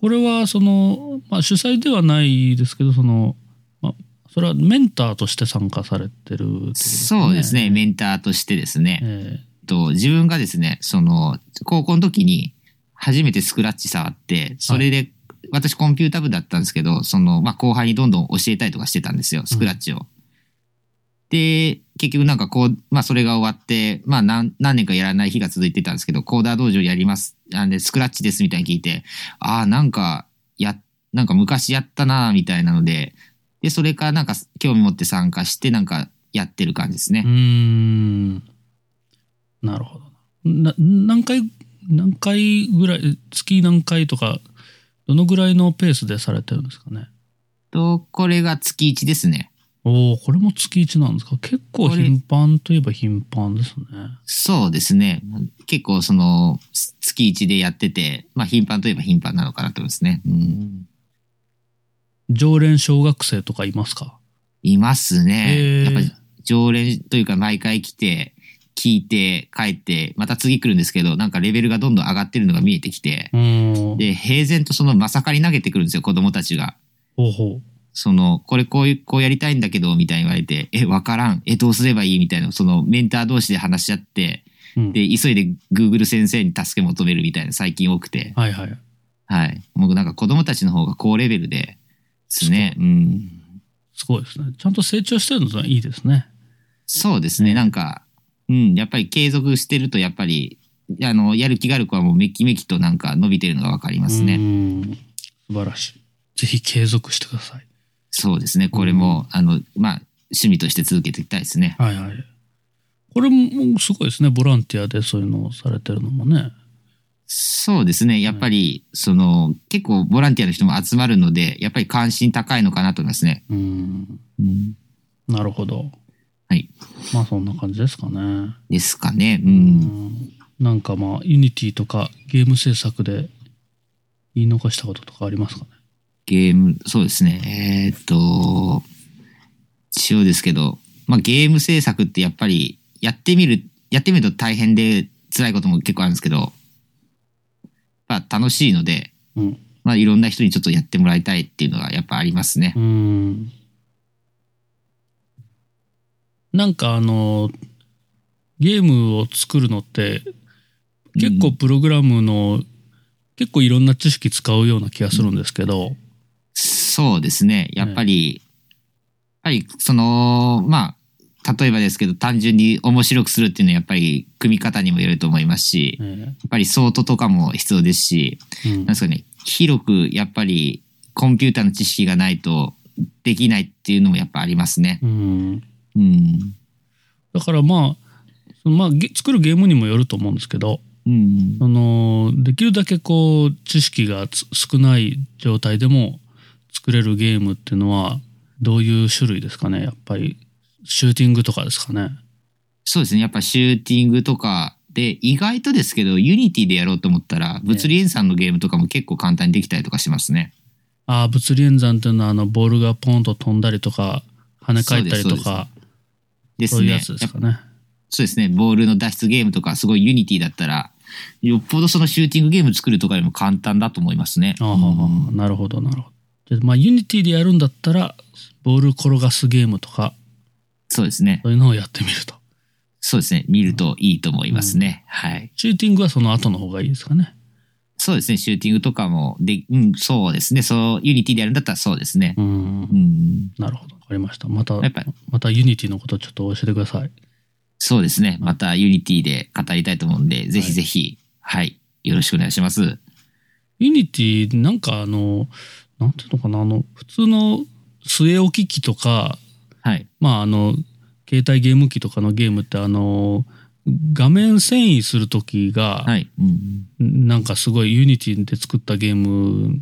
A: これはその、まあ、主催ではないですけどその、まあ、それはメンターとして参加されてるってこと
B: そうですね、メンターとしてですね、
A: え
B: と自分がですね、その、高校の時に初めてスクラッチ触って、それで、私コンピュータ部だったんですけど、その、まあ、後輩にどんどん教えたりとかしてたんですよ、スクラッチを。で、結局なんかこう、まあそれが終わって、まあ何何年かやらない日が続いてたんですけど、コーダー道場やります、あで、スクラッチですみたいに聞いて、ああ、なんか、や、なんか昔やったな、みたいなので、で、それからなんか興味持って参加して、なんかやってる感じですね
A: うー。んなるほどな何回何回ぐらい月何回とかどのぐらいのペースでされてるんですかね
B: と、これが月1ですね。
A: おおこれも月1なんですか結構
B: これ
A: 頻繁といえば頻繁ですね
B: そうですね。結構その、す月1でやってて、まあ頻繁といえば頻繁なのかなと思いますね。うん。
A: 常連小学生とかいますか
B: います
A: へー
B: ね。やっぱ常連というか毎回来て、聞いて、帰って、また次来るんですけど、なんかレベルがどんどん上がってるのが見えてきて、
A: うーん
B: で、平然とそのまさかり投げてくるんですよ、子供たちが。
A: ほうほ
B: その、これこういう、こうやりたいんだけど、みたいに言われて、え、わからん、え、どうすればいいみたいな、そのメンター同士で話し合って、
A: う、うん、
B: で、急いで Google 先生に助け求めるみたいな、最近多くて。
A: はいはい
B: はい。もうなんか子供たちの方が高レベルで、ですね。うん。
A: すごいですねちゃんと成長してるのはいいですね
B: そうですね。なんか、うん、やっぱり継続してると、やっぱり、あの、やる気がある子はもうめきめきとなんか伸びてるのがわかります
A: う
B: ね。
A: ーん素晴らしいぜひ継続してください
B: そうですね。これも、あの、まあ、趣味として続けていきたいですね。
A: はいはい。これもすごいですね。ボランティアでそういうのをされてるのもね。
B: そうですね。やっぱり、その、結構ボランティアの人も集まるので、やっぱり関心高いのかなと思いますね。
A: うん。
B: うん、
A: なるほど。
B: はい。
A: まあそんな感じですかね。
B: ですかね。う。
A: うんん。なんかまあ、ユニティとかゲーム制作で言い残したこととかありますかね。
B: ゲーム、そうですね。えーっと、一応ですけど、まあゲーム制作ってやっぱりやってみる、やってみると大変で辛いことも結構あるんですけど、まあ楽しいので、
A: うん。
B: まあいろんな人にちょっとやってもらいたいっていうのがやっぱありますね
A: う。ん。なんかあの、ゲームを作るのって結構プログラムの、結構いろんな知識使うような気がするんですけど、
B: そうですね。やっぱり、やっぱりその、まあ、例えばですけど単純に面白くするっていうのはやっぱり組み方にもよると思いますし、や
A: え
B: っぱりソートとかも必要ですし、
A: えうん
B: なんですかね、広くやっぱりコンピューターの知識がないとできないっていうのもやっぱありますね。
A: うん、
B: うん。
A: だからまあそのまあゲ作るゲームにもよると思うんですけど、
B: うん。
A: あのできるだけこう知識がつ少ない状態でも作れるゲームっていうのはどういう種類ですかねやっぱりシューティングとかですかね。
B: そうですね。やっぱシューティングとかで、意外とですけど、ユニティでやろうと思ったら、物理演算のゲームとかも結構簡単にできたりとかしますね。
A: ああ物理演算っていうのはあのボールがポンと飛んだりとか跳ね返ったりとか
B: で
A: そう
B: す
A: いう
B: ね。
A: やつです
B: やっぱ
A: かね。
B: そうですね。ボールの脱出ゲームとか、すごいユニティだったら、よっぽどそのシューティングゲーム作るとかよりも簡単だと思いますね。
A: ああ、なるほどなるほど。でまあユニティでやるんだったらボール転がすゲームとか
B: そうですね
A: そ。ういうのをやってみると。
B: そうですね。見るといいと思いますね。はい。
A: シューティングはその後の方がいいですかね。
B: そうですね、シューティングとかも、で、うん、そうですね、そう、ユニティでやるんだったらそうですね
A: う。ん
B: う。ん、
A: なるほど。わかりました。また
B: やっぱ、
A: またユニティのことちょっと教えてください。
B: そうですね、またユニティで語りたいと思うんで、ぜひぜひ、はい、よろしくお願いします。
A: ユニティ、なんかあの、なんていうのかな、あの、普通の据え置き機とか、
B: はい。
A: まああの、携帯ゲーム機とかのゲームってあの、画面遷移するときが、
B: はい。うん、
A: なんかすごいユニティで作ったゲーム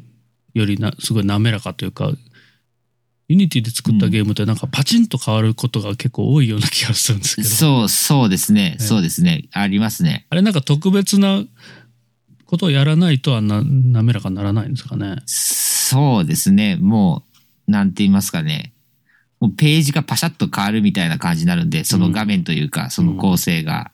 A: よりなすごい滑らかというかユニティで作ったゲームってなんかパチンと変わることが結構多いような気がするんですけど、
B: そう、そうですね、
A: ええ
B: そうですね、ありますね。
A: あれなんか特別なことをやらないとあんな滑らかにならないんですかね。
B: そうですね、もう、なんて言いますかね、もうページがパシャッと変わるみたいな感じになるんで、その画面というか、その構成が。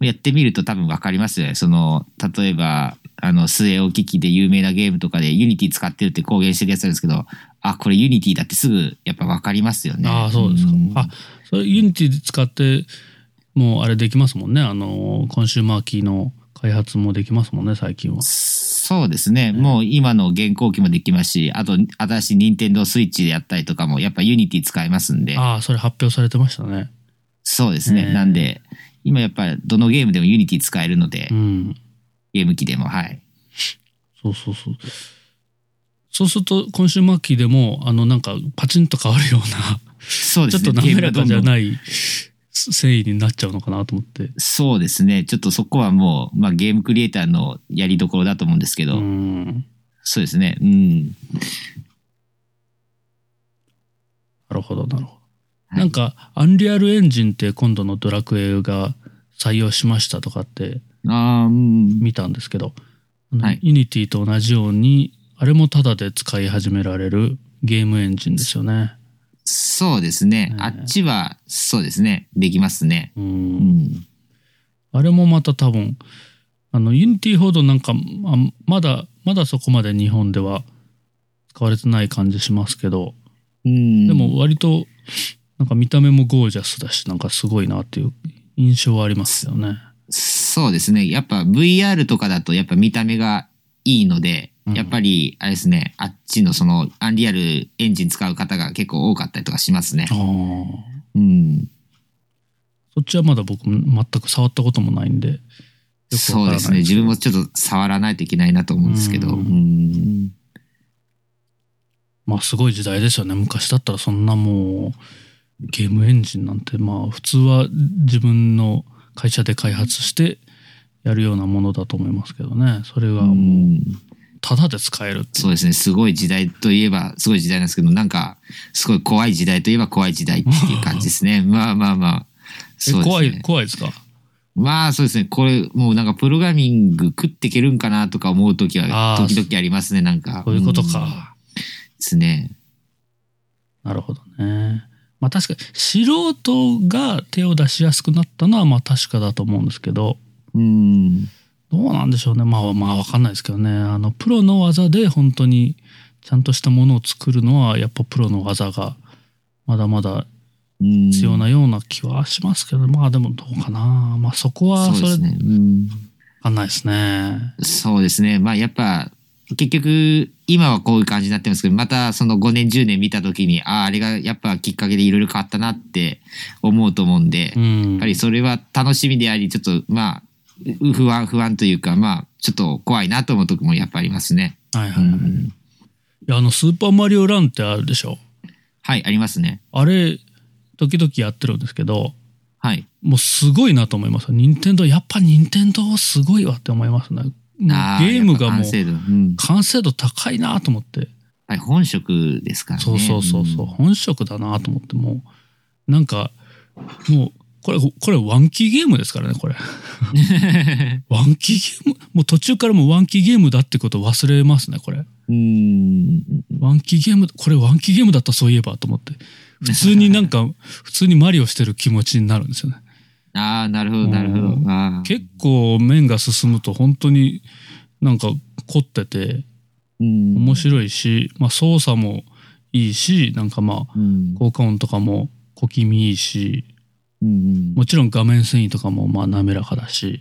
B: やってみると多分わかりますよね。その、例えば、あの、据え置き機で有名なゲームとかでユニティ使ってるって公言してるやつなんですけど、あ、これユニティだってすぐやっぱわかりますよね。
A: ああそうですか。
B: ん
A: あそれユニティで使ってもうあれできますもんねあのコンシューマーキーの開発もできますもんね最近は。
B: そうですね。もう今の現行機もできますし、あと、新しい Nintendo Switch でやったりとかも、やっぱユニティ使えますんで。
A: ああそれ発表されてましたね。
B: そうですね。
A: ね
B: なんで、今やっぱりどのゲームでもユニティ使えるので、
A: うん。
B: ゲーム機でも、はい。
A: そうそうそう。そうすると、今週末期でも、あの、なんか、パチンと変わるような、
B: そうで
A: ちょ
B: す
A: っ
B: ね。
A: と滑ら
B: ゲー
A: か
B: ム
A: じ
B: が
A: ゃ
B: どんどん
A: ない繊維になっちゃうのかなと思って。
B: そうですね。ちょっとそこはもう、まあゲームクリエイターのやりどころだと思うんですけ
A: う
B: ど、
A: ん。
B: そうですね。うん。
A: なるほど、なるほど。
B: はい
A: なんか、アンリアルエンジンって今度のドラクエが採用しましたとかって
B: ああ、うん。
A: 見たんですけど、あの
B: はい
A: ユニティと同じように、あれもタダで使い始められるゲームエンジンですよね。
B: そうですね。
A: うん
B: あっちは、そうですね。できますね。
A: う。
B: うんん。
A: あれもまた多分、あの、ユニティほどなんか、まあまだ、まだそこまで日本では使われてない感じしますけど、
B: うん。
A: でも割と、なんか見た目もゴージャスだし、なんかすごいなっていう印象はありますよね。
B: そうですね。やっぱ VR とかだとやっぱ見た目がいいので、
A: うん
B: やっぱり、あれですね、あっちのその、アンリアルエンジン使う方が結構多かったりとかしますね
A: あ。あ。
B: うん。
A: そっちはまだ僕全く触ったこともないんで、よくわ
B: そう
A: からない
B: ですね。自分もちょっと触らないといけないなと思うんですけど。
A: う
B: うんん。
A: まあすごい時代ですよね。昔だったらそんなもうゲームエンジンなんてまあ普通は自分の会社で開発してやるようなものだと思いますけどね。それが
B: う
A: もうんただで使えるっていう
B: そうですね。すごい時代といえば、すごい時代なんですけど、なんか、すごい怖い時代といえば怖い時代っていう感じですね。まあまあまあ。
A: え
B: そうですね。
A: 怖い、怖いですか
B: まあそうですね。これ、もうなんかプログラミング食っていけるんかなとか思うときは、
A: あー
B: 時々ありますね、なんか。
A: そういうこと
B: ん
A: か。
B: ですね。
A: なるほどね。まあ確かに素人が手を出しやすくなったのはまあ確かだと思うんですけど、
B: うん。
A: どうなんでしょうね。まあまあわかんないですけどね。あの、プロの技で本当にちゃんとしたものを作るのは、やっぱプロの技がまだまだ
B: うん
A: 必要なような気はしますけど、まあでもどうかな。まあそこは
B: そう
A: それ
B: です
A: わ
B: ね。うん。
A: かんないですね。
B: そうですね。まあやっぱ、結局、今はこういう感じになってますけど、またその5年、10年見たときに、ああ、あれがやっぱきっかけでいろいろ変わったなって思うと思うんで、
A: う
B: や
A: ん
B: っぱ。りそれは楽しみであり、ちょっとまあ、う不安、不安というか、まあ、ちょっと怖いなと思うとこもやっぱありますね。
A: はいは
B: う
A: い。い
B: ん。
A: や、あの、スーパーマリオランってあるでしょ。
B: はい、ありますね。
A: あれ、時々やってるんですけど、
B: はい。
A: もうすごいなと思います。任天堂やっぱ任天堂すごいわって思いますね。もう
B: あ
A: ゲームがもう
B: やっぱ完成度うん
A: 完成度高いなと思って。
B: はい、本職ですからね。
A: そうそうそうそう、
B: ん
A: 本職だなと思ってもうなんかもうこれこれワンキーゲームですからねこ (laughs) れワンキーゲームもう途中からもうワンキーゲームだってこと忘れますねこれ
B: うん。
A: ワンキーゲームこれワンキーゲームだったそういえばと思って普通になん (laughs) か普通にマリオしてる気持ちになるんですよね
B: ああ、なるほど、なるほど
A: う。ん
B: あー
A: 結構面が進むと本当になんか凝ってて
B: うん
A: 面白いし、まあ、操作もいいしなんかまあ
B: うん
A: 効果音とかも小気味いいし
B: うん
A: もちろん画面遷移とかもまあ滑らかだし、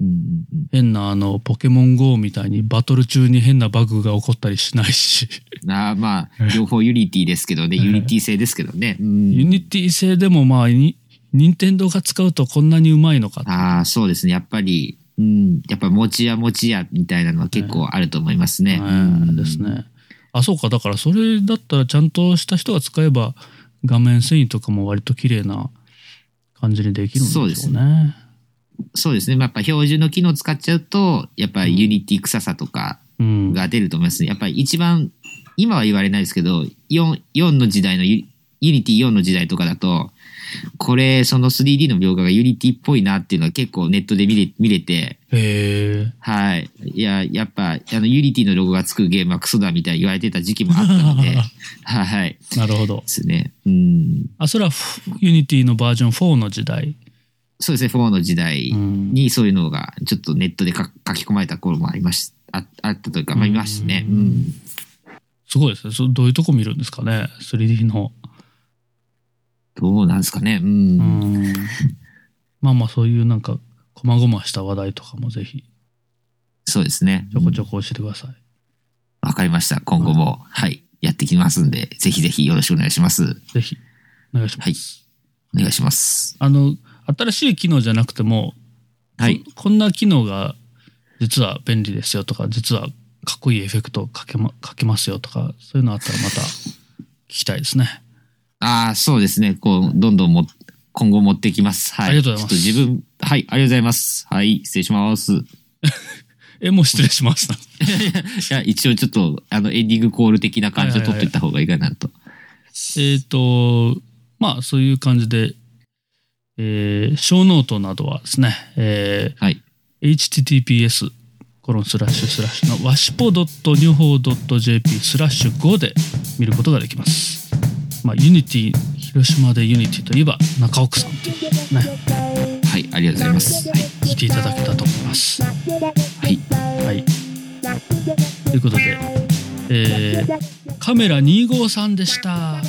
B: うん
A: 変なあの、ポケモン GO みたいにバトル中に変なバグが起こったりしないし、
B: うんあーまあ、両方ユニティですけどね、
A: うん
B: ユニティ製ですけどね。うん
A: ユニティ製でもまあ、に任天堂が使うとこんなにうまいのかって
B: ああ、そうですね。やっぱり、うん、やっぱ持ちや持ちやみたいなのは結構あると思いますね。
A: ねですね。あ、そうか。だからそれだったらちゃんとした人が使えば画面遷移とかも割と綺麗な感じにできるんでしょうね。
B: そうですそうですね。まあやっぱ標準の機能使っちゃうと、やっぱりユニティ臭さとか
A: うん。
B: が出ると思いますね。やっぱり一番、今は言われないですけど、4, 4の時代のユ、ユニティ4の時代とかだと、これ、その 3D の描画がユニティっぽいなっていうのは結構ネットで見れ見れて、
A: へえ。
B: はい。いや、やっぱ、あの、ユニティのロゴがつくゲームはクソだみたいに言われてた時期もあったので、はい。
A: (laughs)
B: で
A: なるほど。
B: すね。うん。
A: あ、それはユニティのバージョン4の時代。
B: そうですね、4の時代
A: うん
B: にそういうのが、ちょっとネットでか書き込まれた頃もありましああったというか、まあ、いましたね。うん
A: すごいですね。そどういうとこ見るんですかね ?3D の。
B: どうなんですかね。
A: う
B: うん
A: ん。まあまあそういうなんか、細々した話題とかもぜひ、
B: そうですね。
A: ちょこちょこ教えてください。
B: わかりました。今後も、はい、やってきますんで、ぜひぜひよろしくお願いします。
A: ぜひ、お願いします。
B: はいお願いします。
A: あの、新しい機能じゃなくても、
B: はい。
A: こんな機能が実は便利ですよとか、実はかっこいいエフェクトかけ,、ま、かけますよとか、そういうのあったらまた聞きたいですね。
B: ああ、そうですね。こう、どんどんも、今後持ってきます。はい。
A: ありがとうございます
B: ちょっと自分、はい、ありがとうございます。はい、失礼します。い
A: え、もう失礼しました。
B: や、一応ちょっと、あの、エンディングコール的な感じを取っていった方がいいかなと。
A: えっと、まあ、そういう感じで、えー、小ノートなどはですね、え
B: はい。
A: ー、https コロンスラッシュスラッシュのわしぽ .newhoo.jp スラッシュ5で見ることができます。まあ、ユニティ、広島でユニティといえば中奥さんっていうね、
B: はい、ありがとうございます。はい。
A: 来ていただけたと思います。
B: はい。
A: はい。ということで、えー、カメラ253でした。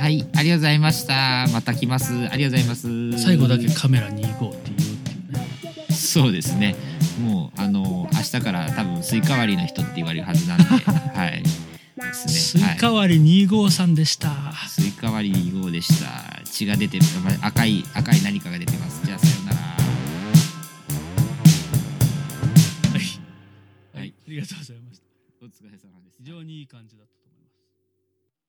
B: はい、ありがとうございました。また来ます。ありがとうございます。
A: 最後だけカメラ25っていうっていうね。
B: そうですね。もうあの明日から多分スイカ割りの人って言われるはずな
A: (laughs)
B: んで、はい。です
A: スイ
B: ね。
A: カ
B: は
A: 割り253でした。
B: い。スイカ割り2号でした。血が出て、ま赤い赤い何かが出てます。じゃあさようなら。
A: はい。
B: はい
A: ありがとうございました。
B: お疲れ様です
A: 非。常にいい感じだったと思います。